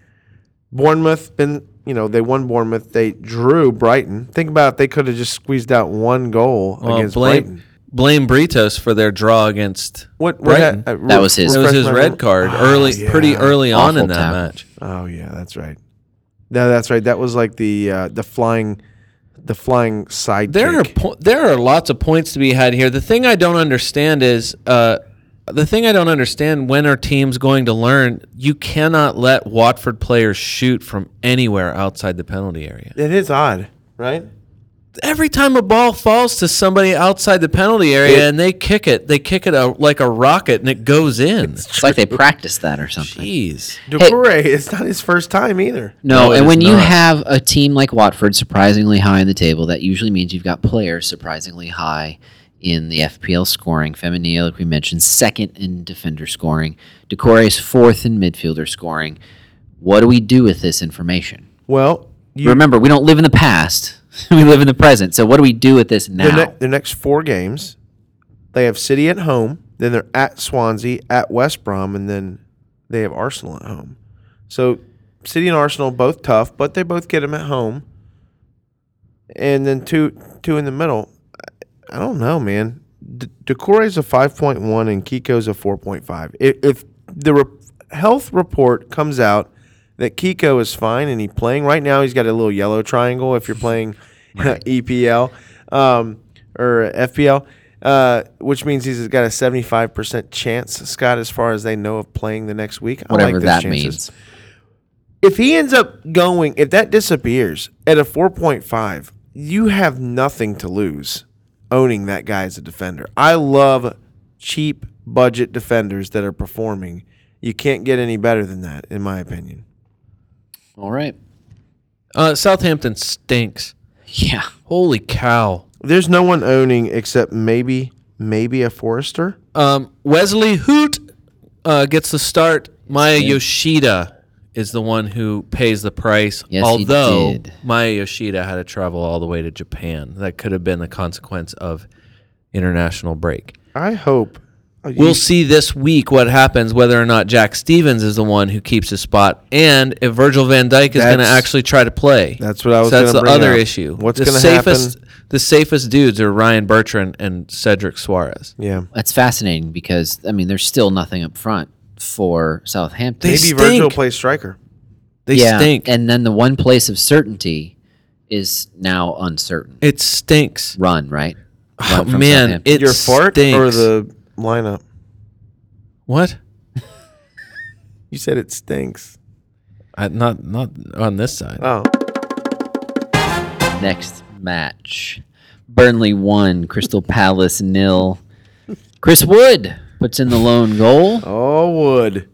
S2: Bournemouth been you know they won Bournemouth. They drew Brighton. Think about it, they could have just squeezed out one goal
S4: Well,
S2: against
S4: blame
S2: Brighton.
S4: blame Britos for their draw against
S2: What what
S4: Brighton.
S2: uh,
S3: That was his.
S4: It was
S2: refresh
S4: his
S2: my
S4: red
S2: memory. Ah,
S4: card early,
S2: yeah.
S4: pretty early on
S3: Awful
S4: in that
S3: tackle.
S4: match.
S2: Oh yeah, that's right. No, that's right. That was like the uh, the flying the flying side.
S4: There are po- there are lots of points to be had here. The thing I don't understand is uh, the thing I don't understand when are teams going to learn you cannot let Watford players shoot from anywhere outside the penalty area.
S2: It is odd, right?
S4: Every time a ball falls to somebody outside the penalty area and they kick it, they kick it out like a rocket and it goes in.
S3: It's like they practiced that or something.
S4: Jeez.
S2: Ducouré, it's not his first time either.
S3: No,
S4: No, it
S3: and
S4: is
S3: when you
S4: not.
S3: have a team like Watford surprisingly high in the table, that usually means you've got players surprisingly high in the FPL scoring. Femini, like we mentioned, second in defender scoring. Decore is fourth in midfielder scoring. What do we do with this information?
S2: Well, you,
S3: Remember, we don't live in the past. we live in the present. So what do we do with this now?
S2: their, ne- their next four games, they have City at home, then they're at Swansea, at West Brom, and then they have Arsenal at home. So City and Arsenal both tough, but they both get them at home, and then two two in the middle. I- I don't know, man. D- Decore's a five point one and Kiko's a four point five. If, if the re- health report comes out that Kiko is fine and he's playing right now, he's got a little yellow triangle. If you're playing EPL um, or FPL. Uh, which means he's got a 75% chance, Scott, as far as they know of playing the next week. I
S3: Whatever
S2: like those
S3: that
S2: chances
S3: means.
S2: if he ends up going, if that disappears at a 4.5, you have nothing to lose owning that guy as a defender. I love cheap budget defenders that are performing. You can't get any better than that, in my opinion.
S3: All right.
S4: Uh, Southampton stinks.
S3: Yeah.
S4: Holy cow.
S2: There's no one owning except maybe, maybe a Forrester.
S4: Um, Wesley Hoot uh, gets the start. Maya Yoshida is the one who pays the price.
S3: Yes, he
S4: although
S3: did.
S4: Maya Yoshida had to travel all the way to Japan, that could have been a consequence of international break.
S2: I hope.
S4: We'll see this week what happens, whether or not Jack Stevens is the one who keeps his spot, and if Virgil Van Dyke is going to
S2: That's-
S4: actually try to play.
S2: that's what I was
S4: So that's
S2: gonna
S4: the
S2: bring
S4: other
S2: up.
S4: issue.
S2: What's
S4: the
S2: gonna
S4: safest, The safest dudes are Ryan Bertrand and Cedric Suarez.
S2: yeah.
S3: That's fascinating because, I mean, there's still nothing up front for Southampton.
S2: Maybe
S4: stink.
S2: Virgil plays striker.
S4: They stink.
S3: And then the one place of certainty is now uncertain.
S4: it stinks.
S3: Run, right?
S4: Oh,
S3: Run from
S4: man,
S3: Southampton.
S4: it
S2: Your fart
S4: stinks.
S2: or the lineup?
S4: what?
S2: You said it stinks.
S4: I, not not on this side.
S2: Oh.
S3: next match. Burnley one, Crystal Palace nil. Chris Wood puts in the lone goal.
S2: Oh, wood.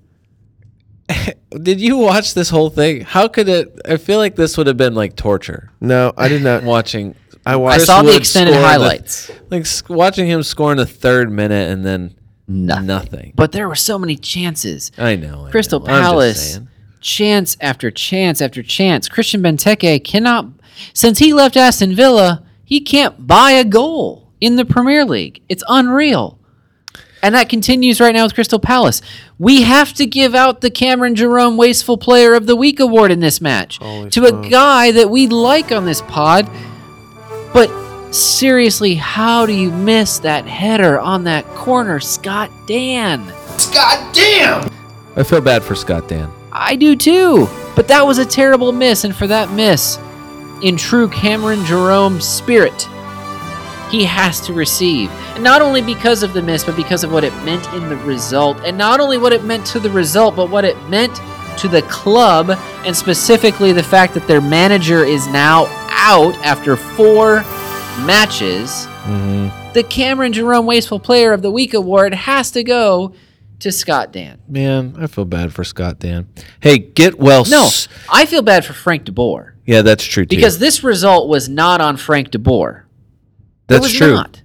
S4: Uh, Did you watch this whole thing? How could it? I feel like this would have been like torture
S2: No, I did not.
S4: watching.
S2: I
S3: I
S2: watched.
S3: saw the
S4: Wood
S3: extended
S4: scored the-
S3: highlights.
S4: Like s- watching him score in the third minute and then
S3: nothing.
S4: nothing.
S3: But there were so many chances.
S4: I know. I
S3: Crystal
S4: know. I'm just
S3: Palace,
S4: saying.
S3: chance after chance after chance. Christian Benteke cannot, since he left Aston Villa, he can't buy a goal in the Premier League. It's unreal. And that continues right now with Crystal Palace. We have to give out the Cameron Jerome Wasteful Player of the Week award in this match to a guy that we like on this pod. But seriously, how do you miss that header on that corner, Scott Dan?
S4: I feel bad for Scott Dan.
S3: I do too. But that was a terrible miss, and for that miss, in true Cameron Jerome spirit, he has to receive. And not only because of the miss, but because of what it meant in the result. And not only what it meant to the result, but what it meant to the club, and specifically the fact that their manager is now out after four matches. The Cameron Jerome Wasteful Player of the Week award has to go to Scott Dan.
S4: Man, I feel bad for Scott Dan. Hey, get well.
S3: No,
S4: s-
S3: I feel bad for Frank De Boer.
S4: Yeah, that's true too.
S3: because this result was not on Frank De Boer.
S4: that's
S3: that was
S4: true.
S3: Not.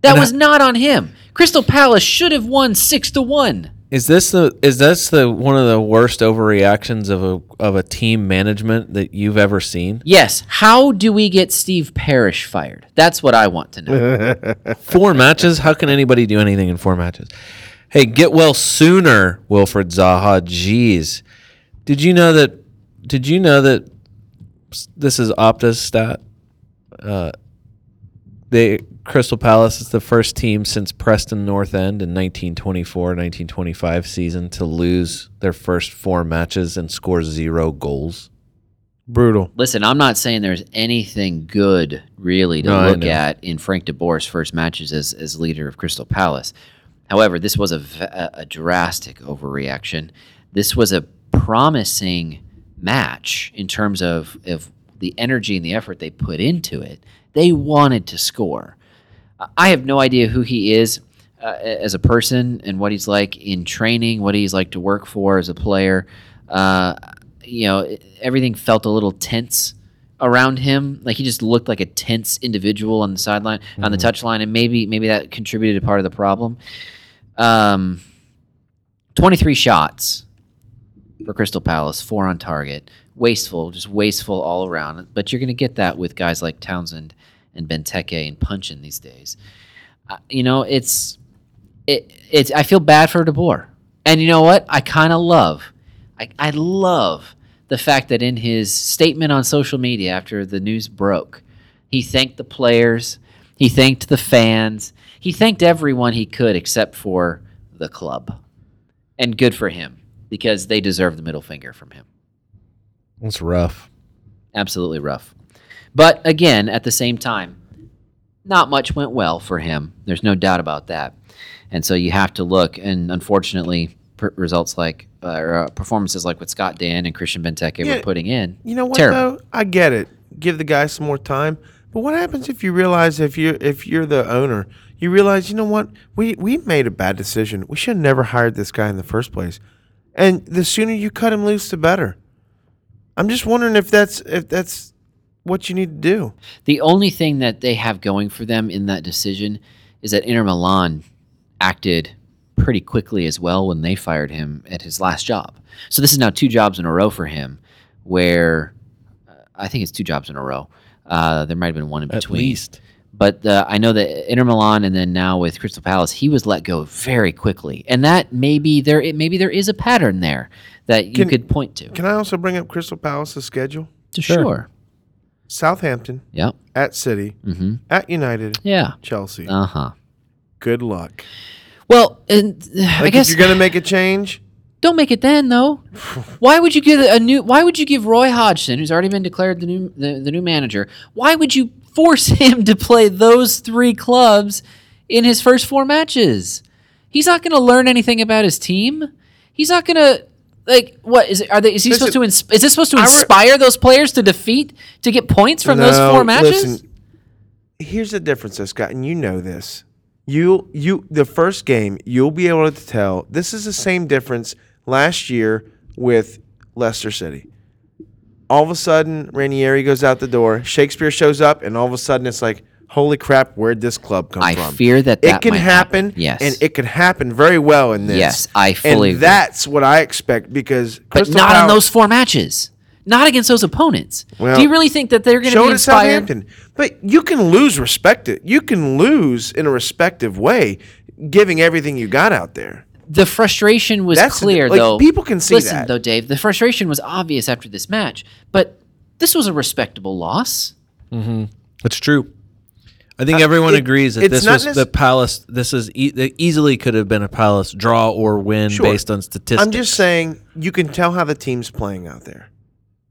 S3: That was not on him. Crystal Palace should have won six to one.
S4: Is this the is this the one of the worst overreactions of a of a team management that you've ever seen?
S3: Yes. How do we get Steve Parrish fired? That's what I want to know.
S4: Four matches? How can anybody do anything in four matches? Hey, get well sooner, Wilfred Zaha. Jeez. Did you know that did you know that s- this is Opta's stat? Uh they Crystal Palace is the first team since Preston North End in 1924-1925 season to lose their first four matches and score zero goals.
S2: Brutal.
S3: Listen, I'm not saying there's anything good really to
S4: No, I
S3: look
S4: know.
S3: at in Frank De Boer's first matches as, as leader of Crystal Palace. However, this was a, v- a- a drastic overreaction. This was a promising match in terms of, of the energy and the effort they put into it. They wanted to score. I have no idea who he is uh, as a person and what he's like in training, what he's like to work for as a player. Uh, you know, everything felt a little tense around him. Like he just looked like a tense individual on the sideline, on the touchline, and maybe maybe that contributed to part of the problem. Um, Twenty three shots for Crystal Palace, four on target. Wasteful, just wasteful all around. But you're going to get that with guys like Townsend and Benteke and Punchin these days. Uh, you know, it's it, it's. I feel bad for De Boer, and you know what? I kind of love. I, I love the fact that in his statement on social media after the news broke, he thanked the players, he thanked the fans, he thanked everyone he could except for the club, and good for him because they deserve the middle finger from him
S4: That's rough.
S3: absolutely rough. But again, at the same time, not much went well for him. There's no doubt about that. And so you have to look, and unfortunately, per- results like uh, or, uh, performances like what Scott Dan and Christian Benteke
S2: Yeah,
S3: were putting in.
S2: You know what though?
S3: Terrible.
S2: I get it. Give the guy some more time. But what happens if you realize if you if you're the owner, you realize, you know what? We we made a bad decision. We should have never hired this guy in the first place. And the sooner you cut him loose the better. I'm just wondering if that's if that's what you need to do.
S3: The only thing that they have going for them in that decision is that Inter Milan acted pretty quickly as well when they fired him at his last job. So this is now two jobs in a row for him, where uh, I think it's two jobs in a row. Uh, there might have been one in
S4: At
S3: between.
S4: least.
S3: But uh, I know that Inter Milan and then now with Crystal Palace, he was let go very quickly, and that maybe there it, maybe there is a pattern there that you
S2: Can-
S3: could point to.
S2: Can I also bring up Crystal Palace's schedule?
S3: to sure.
S2: Southampton,
S3: Yep.
S2: at City,
S3: Mm-hmm.
S2: at United,
S3: Yeah.
S2: Chelsea.
S3: Uh huh.
S2: Good luck.
S3: Well, and I
S2: Like,
S3: guess
S2: if you're gonna make a change,
S3: Don't make it then, though. Why would you give a new? Why would you give Roy Hodgson, who's already been declared the new the, the new manager? Why would you force him to play those three clubs in his first four matches? He's not going to learn anything about his team. He's not going to like what is it? Are they? Is he supposed to? Insp- is this supposed to inspire those players to defeat to get points from those
S2: No,
S3: four matches?
S2: listen, here's the difference, though, Scott, and you know this. You you the first game, you'll be able to tell this is the same difference last year with Leicester City. All of a sudden, Ranieri goes out the door, Shakespeare shows up, and all of a sudden it's like, holy crap, where'd this club come
S3: I
S2: from?
S3: fear that
S2: it
S3: that
S2: can
S3: might
S2: happen,
S3: happen. Yes.
S2: and it can happen very well in this.
S3: Yes, I fully
S2: And
S3: agree.
S2: that's what I expect because
S3: but
S2: Crystal
S3: not on
S2: Palace-
S3: those four matches. Not against those opponents.
S2: Well,
S3: Do you really think that they're going to
S2: Show
S3: be
S2: it at
S3: inspired?
S2: Southampton. But you can lose respect. It. You can lose in a respective way, giving everything you got out there.
S3: the frustration was
S2: That's-
S3: clear
S2: like,
S3: though.
S2: people can see
S3: Listen
S2: that.
S3: though, Dave, the frustration was obvious after this match, but this was a respectable loss.
S4: That's true. I think everyone
S2: Uh, it-
S4: agrees that
S2: it's
S4: this
S2: not
S4: was
S2: necess-
S4: the Palace. This is e- that easily could have been a Palace draw or win
S2: Sure.
S4: based on statistics.
S2: I'm just saying you can tell how the team's playing out there.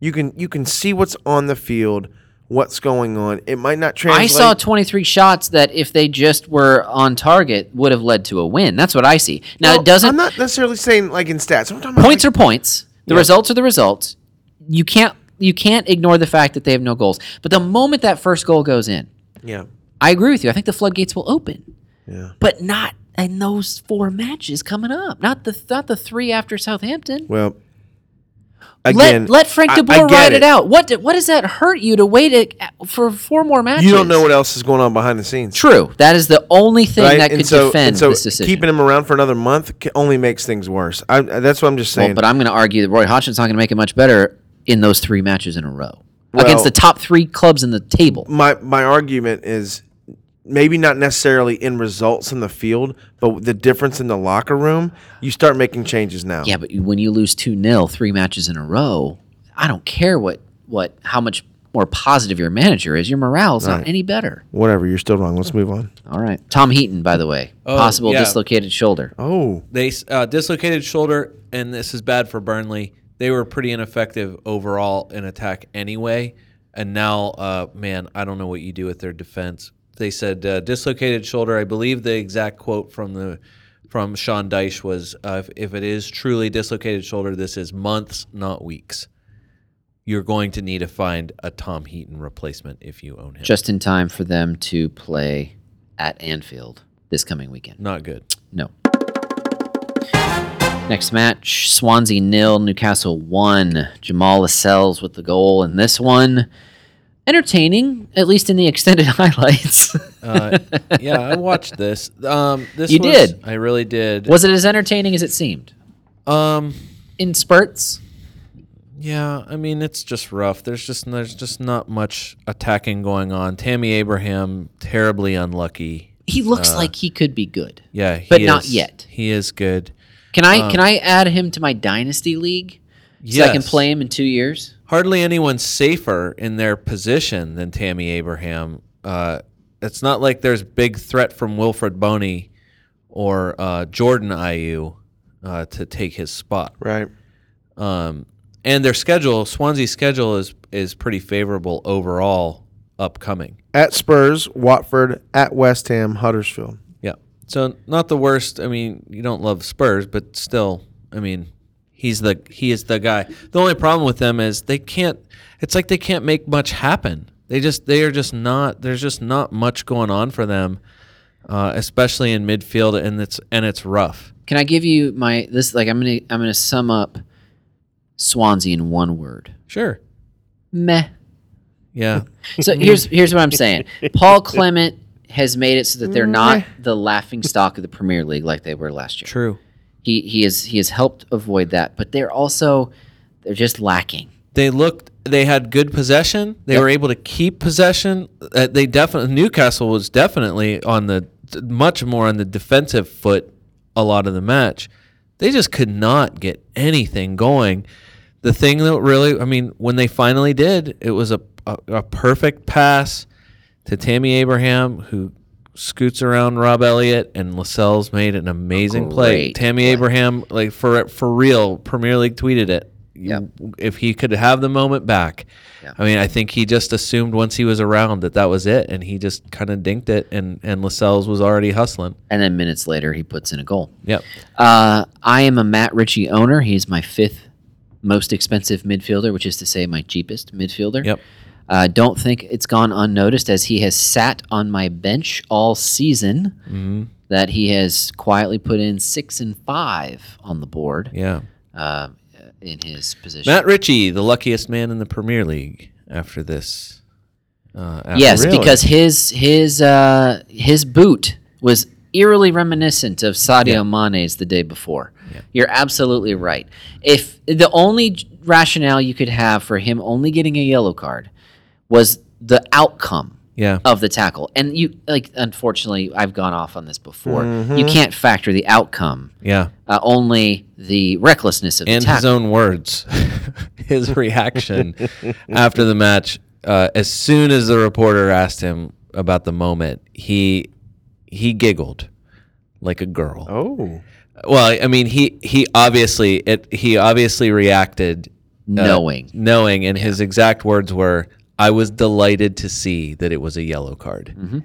S2: You can you can see what's on the field, what's going on. It might not translate.
S3: I saw 23 shots that if they just were on target would have led to a win. That's what I see. Now
S2: Well,
S3: it doesn't
S2: I'm not necessarily saying like in stats. I'm talking about
S3: points are points. The results are the results. You can't you can't ignore the fact that they have no goals. But the moment that first goal goes in,
S2: like- yeah.
S3: I agree with you. I think the floodgates will open.
S2: Yeah.
S3: But not in those four matches coming up. Not the not the three after Southampton.
S2: Well, Again,
S3: let let Frank
S2: I- I
S3: DeBoer
S2: get
S3: ride it.
S2: it.
S3: out. What do- what does that hurt you to wait a, for four more matches?
S2: you don't know what else is going on behind the scenes.
S3: True. That is the only thing
S2: right?
S3: that
S2: And
S3: could
S2: so-
S3: defend
S2: and so
S3: this decision.
S2: Keeping him around for another month ca- only makes things worse. I, that's what I'm just
S3: well,
S2: saying.
S3: but I'm going to argue that Roy Hodgson's not going to make it much better in those three matches in a row against
S2: Well-
S3: the top three clubs in the table.
S2: my my argument is maybe not necessarily in results in the field, but the difference in the locker room. You start making changes now.
S3: Yeah, but you- when you lose 2 0 three matches in a row, I don't care what, what how much more positive your manager is. Your morale's not any better.
S2: Whatever. You're still wrong. Let's move on.
S3: All right. Tom Heaton, by the way, possible
S4: yeah.
S3: dislocated shoulder.
S2: Oh,
S4: They s- uh, dislocated shoulder, and this is bad for Burnley. They were pretty ineffective overall in attack anyway, and now, uh, man, I don't know what you do with their defense. They said uh, dislocated shoulder. I believe the exact quote from the from Sean Dyche was, uh, if, "If it is truly dislocated shoulder, this is months, not weeks. You're going to need to find a Tom Heaton replacement if you own him.
S3: Just in time for them to play at Anfield this coming weekend.
S4: not good.
S3: No. Next match, Swansea nil, Newcastle one. Jamal Lascelles with the goal in this one. Entertaining, at least in the extended highlights.
S4: Uh, yeah, I watched this. Um, this
S3: You
S4: was-
S3: did.
S4: I really did.
S3: Was it as entertaining as it seemed?
S4: Um,
S3: In spurts?
S4: Yeah, I mean it's just rough. There's just there's just not much attacking going on. Tammy Abraham terribly unlucky.
S3: He looks like he could be good.
S4: Yeah, he
S3: But not
S4: is-
S3: yet.
S4: He is good.
S3: Can I can I add him to my dynasty league? So I can
S4: Yes.
S3: play him in two years?
S4: Hardly anyone's safer in their position than Tammy Abraham. Uh, it's not like there's big threat from Wilfred Boney or uh, Jordan Iu uh, to take his spot.
S2: right.
S4: Um, and their schedule, Swansea's schedule is is pretty favorable overall upcoming.
S2: At Spurs, Watford, at West Ham, Huddersfield.
S4: Yeah. So not the worst. I mean, you don't love Spurs, but still, I mean, he's the he is the guy. The only problem with them is they can't. It's like they can't make much happen. They just they are just not. There's just not much going on for them, uh, especially in midfield, and it's and it's rough.
S3: Can I give you my this like I'm gonna I'm gonna sum up Swansea in one word.
S4: Sure.
S3: Meh.
S4: Yeah.
S3: So here's here's what I'm saying. Paul Clement has made it so that they're not the laughing stock of the Premier League like they were last year.
S4: True.
S3: He he is he has helped avoid that, but they're also they're just lacking.
S4: They looked. They had good possession. They were able to keep possession. Uh, they definitely Newcastle was definitely on the much more on the defensive foot a lot of the match. They just could not get anything going. The thing that really, I mean, when they finally did, it was a a, a perfect pass to Tammy Abraham who scoots around Rob Elliott and Lascelles made an amazing play.
S3: Great
S4: Tammy Abraham, like for for real, Premier League tweeted it.
S3: Yeah.
S4: If he could have the moment back, I mean, I think he just assumed once he was around that that was it, and he just kind of dinked it, and and Lascelles was already hustling.
S3: And then minutes later he puts in a goal.
S4: Yep.
S3: Uh, I am a Matt Ritchie owner. He's my fifth most expensive midfielder, which is to say my cheapest midfielder.
S4: Yep.
S3: Uh, don't think it's gone unnoticed as he has sat on my bench all season. That he has quietly put in six and five on the board
S4: Yeah.
S3: uh, in his position.
S4: Matt Ritchie, the luckiest man in the Premier League after this. Uh, after-
S3: yes,
S2: Really?
S3: because his his uh, his boot was eerily reminiscent of Sadio Mane's the day before. You're absolutely right. If the only j- rationale you could have for him only getting a yellow card was the outcome
S4: Yeah.
S3: of the tackle, and you like, unfortunately, I've gone off on this before.
S4: Mm-hmm.
S3: You can't factor the outcome,
S4: Yeah.
S3: uh, only the recklessness of
S4: and
S3: the tackle.
S4: his uh, own words, his reaction after the match. Uh, as soon as the reporter asked him about the moment, he he giggled like a girl.
S2: Oh,
S4: Well, I mean, he he obviously it he obviously reacted uh,
S3: Knowing.
S4: knowing, and his exact words were, "I was delighted to see that it was a yellow card."
S3: Mm-hmm.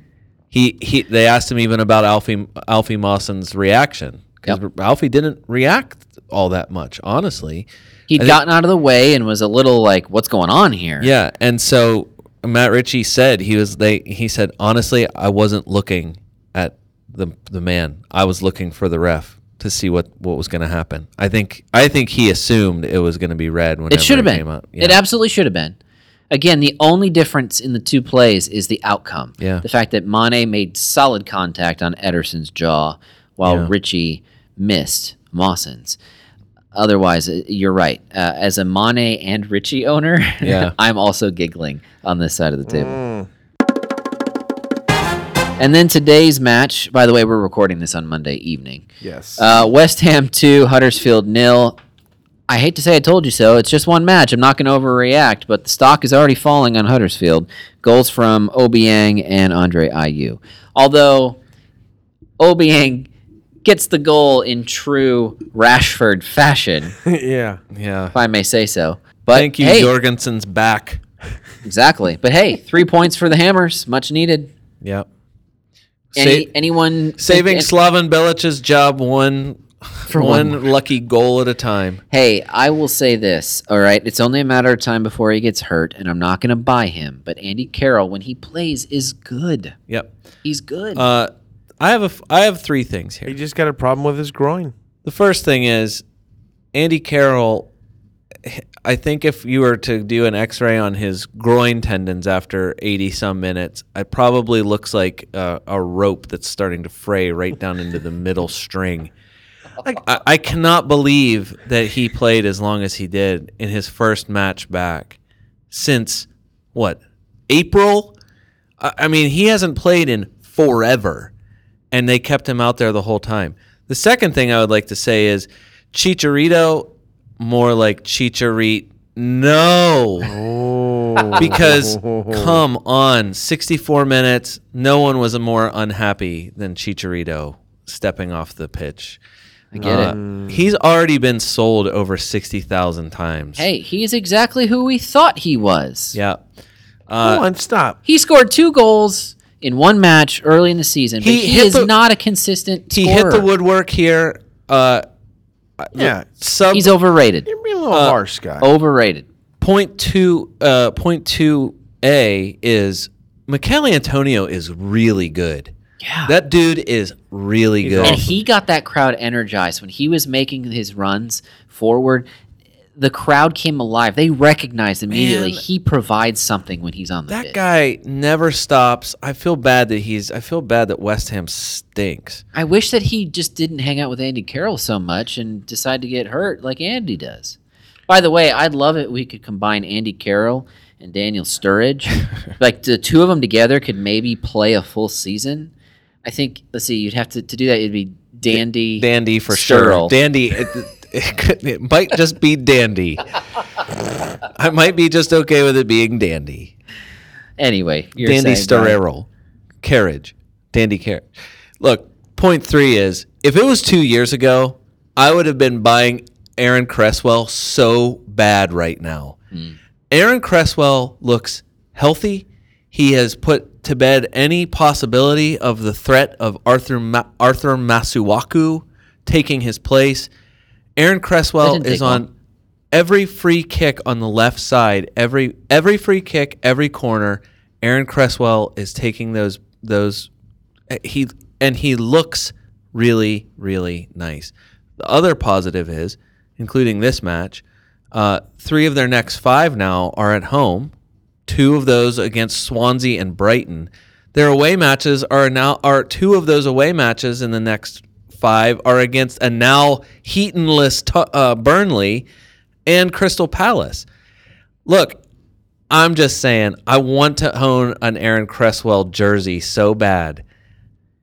S4: He he. They asked him even about Alfie Alfie Mawson's reaction because Alfie didn't react all that much, honestly.
S3: He'd gotten out of the way and was a little like, "What's going on here?"
S4: Yeah, and so Matt Ritchie said he was they he said honestly I wasn't looking at the the man. I was looking for the ref. to see what, what was going to happen. I think I think he assumed it was going to be red whenever
S3: It should have been.
S4: came out.
S3: It absolutely should have been. Again, the only difference in the two plays is the outcome.
S4: Yeah.
S3: The fact that Mane made solid contact on Ederson's jaw while Richie missed Mawson's. Otherwise, uh, you're right. Uh, as a Mane and Richie owner,
S4: Yeah.
S3: I'm also giggling on this side of the table. And then today's match, by the way, we're recording this on Monday evening.
S5: Yes.
S3: Uh, West Ham 2, Huddersfield nil. I hate to say I told you so. It's just one match. I'm not going to overreact, but the stock is already falling on Huddersfield. Goals from Obiang and Andre Ayew. Although Obiang gets the goal in true Rashford fashion, if
S2: yeah.
S4: yeah.
S3: I may say so. But
S4: Thank you,
S3: hey,
S4: Jorgensen's back.
S3: exactly. But hey, three points for the Hammers, much needed.
S4: Yep.
S3: Any,
S4: Sa-
S3: anyone
S4: saving
S3: any-
S4: Slaven Bilic's job one for one, lucky goal at a time.
S3: Hey, I will say this, all right? It's only a matter of time before he gets hurt, and I'm not going to buy him. But Andy Carroll, when he plays, is good.
S4: Yep.
S3: He's good.
S4: Uh, I have a f- I have three things here.
S2: He just got a problem with his groin.
S4: The first thing is Andy Carroll. I think if you were to do an x ray on his groin tendons after 80 some minutes, it probably looks like uh, a rope that's starting to fray right down into the middle string. Like, I, I cannot believe that he played as long as he did in his first match back since what, April? I, I mean, he hasn't played in forever and they kept him out there the whole time. The second thing I would like to say is Chicharito, more like Chicharito. No,
S2: Oh.
S4: because come on, 64 minutes. No one was more unhappy than Chicharito stepping off the pitch. Uh,
S3: I get it.
S4: He's already been sold over 60,000 times.
S3: Hey, he's exactly who we thought he was.
S4: Yeah.
S2: Come on, stop.
S3: He scored two goals in one match early in the season, but
S4: He
S3: he,
S4: hit
S3: is
S4: the-
S3: not a consistent
S4: He
S3: scorer.
S4: hit the woodwork here. Uh,
S2: Yeah.
S4: sub
S3: He's overrated.
S2: You're being a little
S3: uh,
S2: harsh, guy.
S3: Overrated.
S4: point two uh point two a is Mikel Antonio is really good.
S3: Yeah.
S4: That dude is really good.
S3: And he got that crowd energized when he was making his runs forward. The crowd came alive. They recognized immediately
S4: Man.
S3: he provides something when he's on the
S4: that
S3: pitch.
S4: guy never stops. I feel bad that he's I feel bad that West Ham stinks.
S3: I wish that he just didn't hang out with Andy Carroll so much and decide to get hurt like Andy does. By the way, I'd love it we could combine Andy Carroll and Daniel Sturridge. like the two of them together could maybe play a full season. I think let's see, you'd have to to do that it'd be Dandy
S4: Dandy for sure.
S3: Sterl.
S4: Dandy it, it, could- it might just be dandy. I might be just okay with it being dandy.
S3: Anyway, you're
S4: Dandy
S3: saying that.
S4: Sterrero. Carriage. Dandy Carriage. Look, point three is if it was two years ago, I would have been buying Aaron Cresswell so bad right now.
S3: Hmm.
S4: Aaron Cresswell looks healthy. He has put to bed any possibility of the threat of Arthur Ma- Arthur Masuaku taking his place. Aaron Cresswell
S3: didn't take
S4: is on
S3: long.
S4: every free kick on the left side, every every free kick, every corner, Aaron Cresswell is taking those those he and he looks really really nice. The other positive is, including this match, uh, three of their next five now are at home. Two of those against Swansea and Brighton. Their away matches are now are two of those away matches in the next five are against a now Heatonless Tu- uh, Burnley and Crystal Palace. Look, I'm just saying, I want to own an Aaron Cresswell jersey so bad.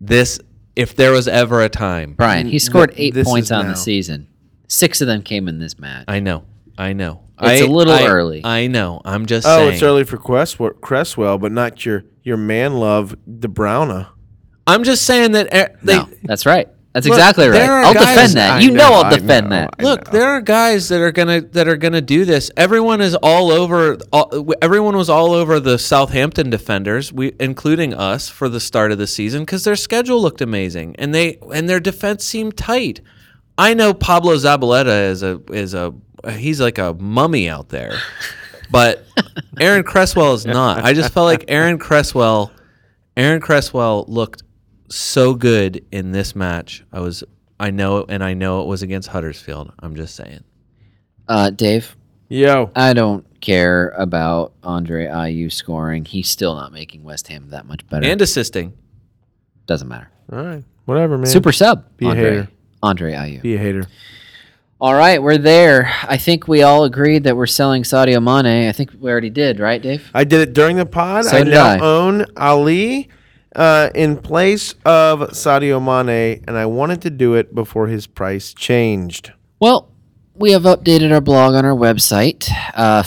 S4: This, if there was ever a time,
S3: Brian, he scored eight
S2: this
S3: points
S2: is
S3: on
S2: now.
S3: the season. Six of them came in this match.
S4: I know, I know,
S3: It's
S4: a
S3: a little early.
S4: I know. I'm just
S5: oh,
S4: saying.
S5: it's early for Cresswell, Cresswell, but not your your man love DeBrowna.
S4: I'm just saying that eh, they,
S3: no, that's right. That's
S4: Look,
S3: exactly right.
S4: there are
S3: I'll
S4: guys-
S3: defend that.
S5: I
S3: you know,
S5: know,
S3: I'll
S5: I
S3: defend
S5: know,
S3: that.
S5: I
S4: Look, there are guys that are gonna that are gonna do this. Everyone is all over. All, everyone was all over the Southampton defenders, we, including us, for the start of the season because their schedule looked amazing and they and their defense seemed tight. I know Pablo Zabaleta is a is a he's like a mummy out there, but Aaron Cresswell is not. I just felt like Aaron Cresswell, Aaron Cresswell looked so good in this match. I was I know, and I know it was against Huddersfield. I'm just saying.
S3: Uh, Dave,
S5: Yo.
S3: I don't care about Andre Ayew scoring. He's still not making West Ham that much better.
S4: And assisting.
S3: Doesn't matter.
S5: All right. Whatever, man.
S3: Super sub.
S5: a
S3: Andre,
S5: hater.
S3: Andre Ayew.
S5: Be a hater.
S3: All right, we're there. I think we all agreed that we're selling Sadio Mane. I think we already did, right, Dave?
S2: I did it during the pod.
S3: So
S2: I
S3: did
S2: now
S3: I.
S2: own Ali uh, in place of Sadio Mane, and I wanted to do it before his price changed.
S3: Well, we have updated our blog on our website, uh,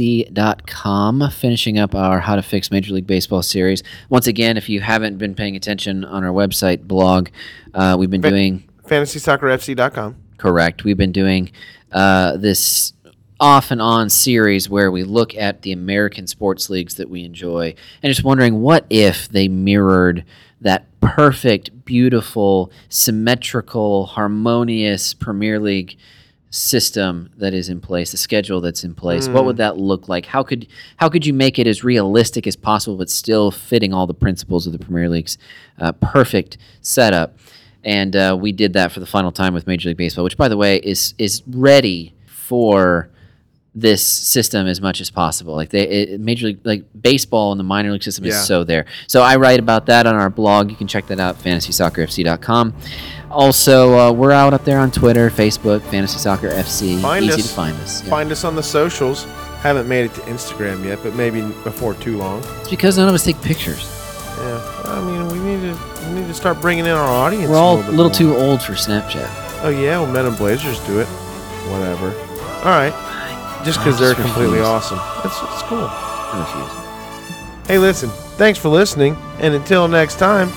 S3: fantasysoccerfc.com, finishing up our How to Fix Major League Baseball series. Once again, if you haven't been paying attention on our website blog, uh, we've been doing
S2: FantasySoccerFC.com.
S3: Correct. We've been doing uh, this off and on series where we look at the American sports leagues that we enjoy and just wondering what if they mirrored that perfect, beautiful, symmetrical, harmonious Premier League system that is in place, the schedule that's in place. What would that look like? How could how could you make it as realistic as possible, but still fitting all the principles of the Premier League's uh, perfect setup? And uh, we did that for the final time with Major League Baseball, which, by the way, is is ready for this system as much as possible. Like they, it, major league, like baseball and the minor league system is so there. So I write about that on our blog. You can check that out, fantasysoccerfc.com. Also, uh, we're out up there on Twitter, Facebook, Fantasy Soccer FC.
S2: Find
S3: Easy
S2: us.
S3: to find us. Yeah.
S2: Find us on the socials. Haven't made it to Instagram yet, but maybe before too long.
S3: It's because none of us take pictures.
S2: Yeah, I mean, we need to we need to start bringing in our audience.
S3: We're all a
S2: bit
S3: little
S2: more.
S3: too old for Snapchat.
S2: Oh yeah, well, Men in Blazers do it. Whatever. All right. Just because they're completely awesome. That's it's cool.
S3: I refuse.
S2: Hey, listen. Thanks for listening, and until next time,